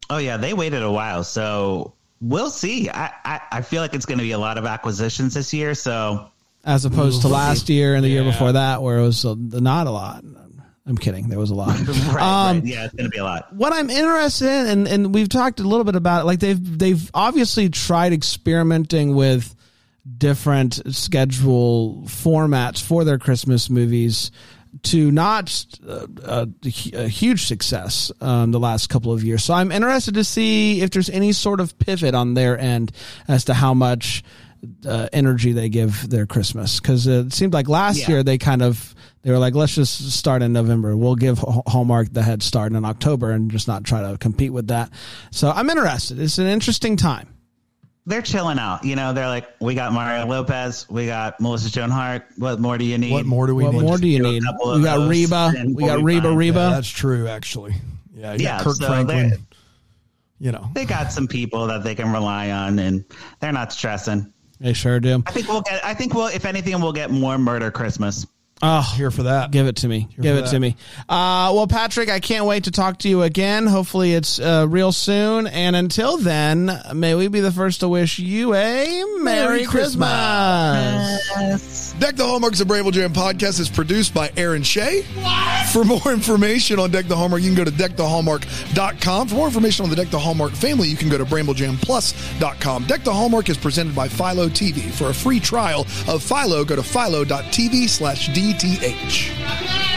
Speaker 2: Oh yeah, they waited a while, so we'll see. I I, I feel like it's going to be a lot of acquisitions this year. So
Speaker 1: as opposed to last year and the year before that, where it was uh, not a lot. I'm kidding. There was a lot.
Speaker 2: Right,
Speaker 1: Um,
Speaker 2: right. Yeah, it's gonna be a lot.
Speaker 1: what I'm interested in, and, and we've talked a little bit about it, like they've they've obviously tried experimenting with different schedule formats for their Christmas movies to not uh, uh, a huge success um, the last couple of years. So I'm interested to see if there's any sort of pivot on their end as to how much uh, energy they give their Christmas because it seemed like last
Speaker 2: Yeah.
Speaker 1: year they kind of they were like let's just start in November. We'll give Hall- Hallmark the head start in October and just not try to compete with that. So I'm interested. It's an interesting time.
Speaker 2: They're chilling out. You know, they're like, we got Mario Lopez, we got Melissa Joan Hart. What more do you need?
Speaker 3: What more do we
Speaker 1: What
Speaker 3: need?
Speaker 1: more do you
Speaker 2: do a
Speaker 1: need?
Speaker 2: couple
Speaker 1: We
Speaker 2: of
Speaker 1: got
Speaker 2: those,
Speaker 1: Reba.
Speaker 2: then
Speaker 1: We got
Speaker 2: we'll be
Speaker 1: Reba.
Speaker 2: fine.
Speaker 1: Reba.
Speaker 3: Yeah, that's true, actually. Yeah, you
Speaker 2: Yeah,
Speaker 3: got Kirk
Speaker 2: so
Speaker 3: Franklin.
Speaker 2: they-
Speaker 3: You know,
Speaker 2: They got some people that they can rely on, and they're not stressing.
Speaker 1: they sure do.
Speaker 2: I think we'll get. I think we'll, if anything, we'll get more murder Christmas.
Speaker 1: Oh,
Speaker 3: here for that.
Speaker 1: Give it to me. Give
Speaker 3: for
Speaker 1: it
Speaker 3: that.
Speaker 1: to me. Uh, well, Patrick, I can't wait to talk to you again. Hopefully, it's uh, real soon. And until then, may we be the first to wish you a Merry, Christmas.
Speaker 8: Deck the Hallmarks of Bramble Jam podcast is produced by Aaron Shea. For more information on Deck the Hallmark, you can go to deckthehallmark.com. For more information on the Deck the Hallmark family, you can go to bramblejamplus.com. Deck the Hallmark is presented by Philo TV. For a free trial of Philo, go to philo.tv slash DTH.
Speaker 5: Bye.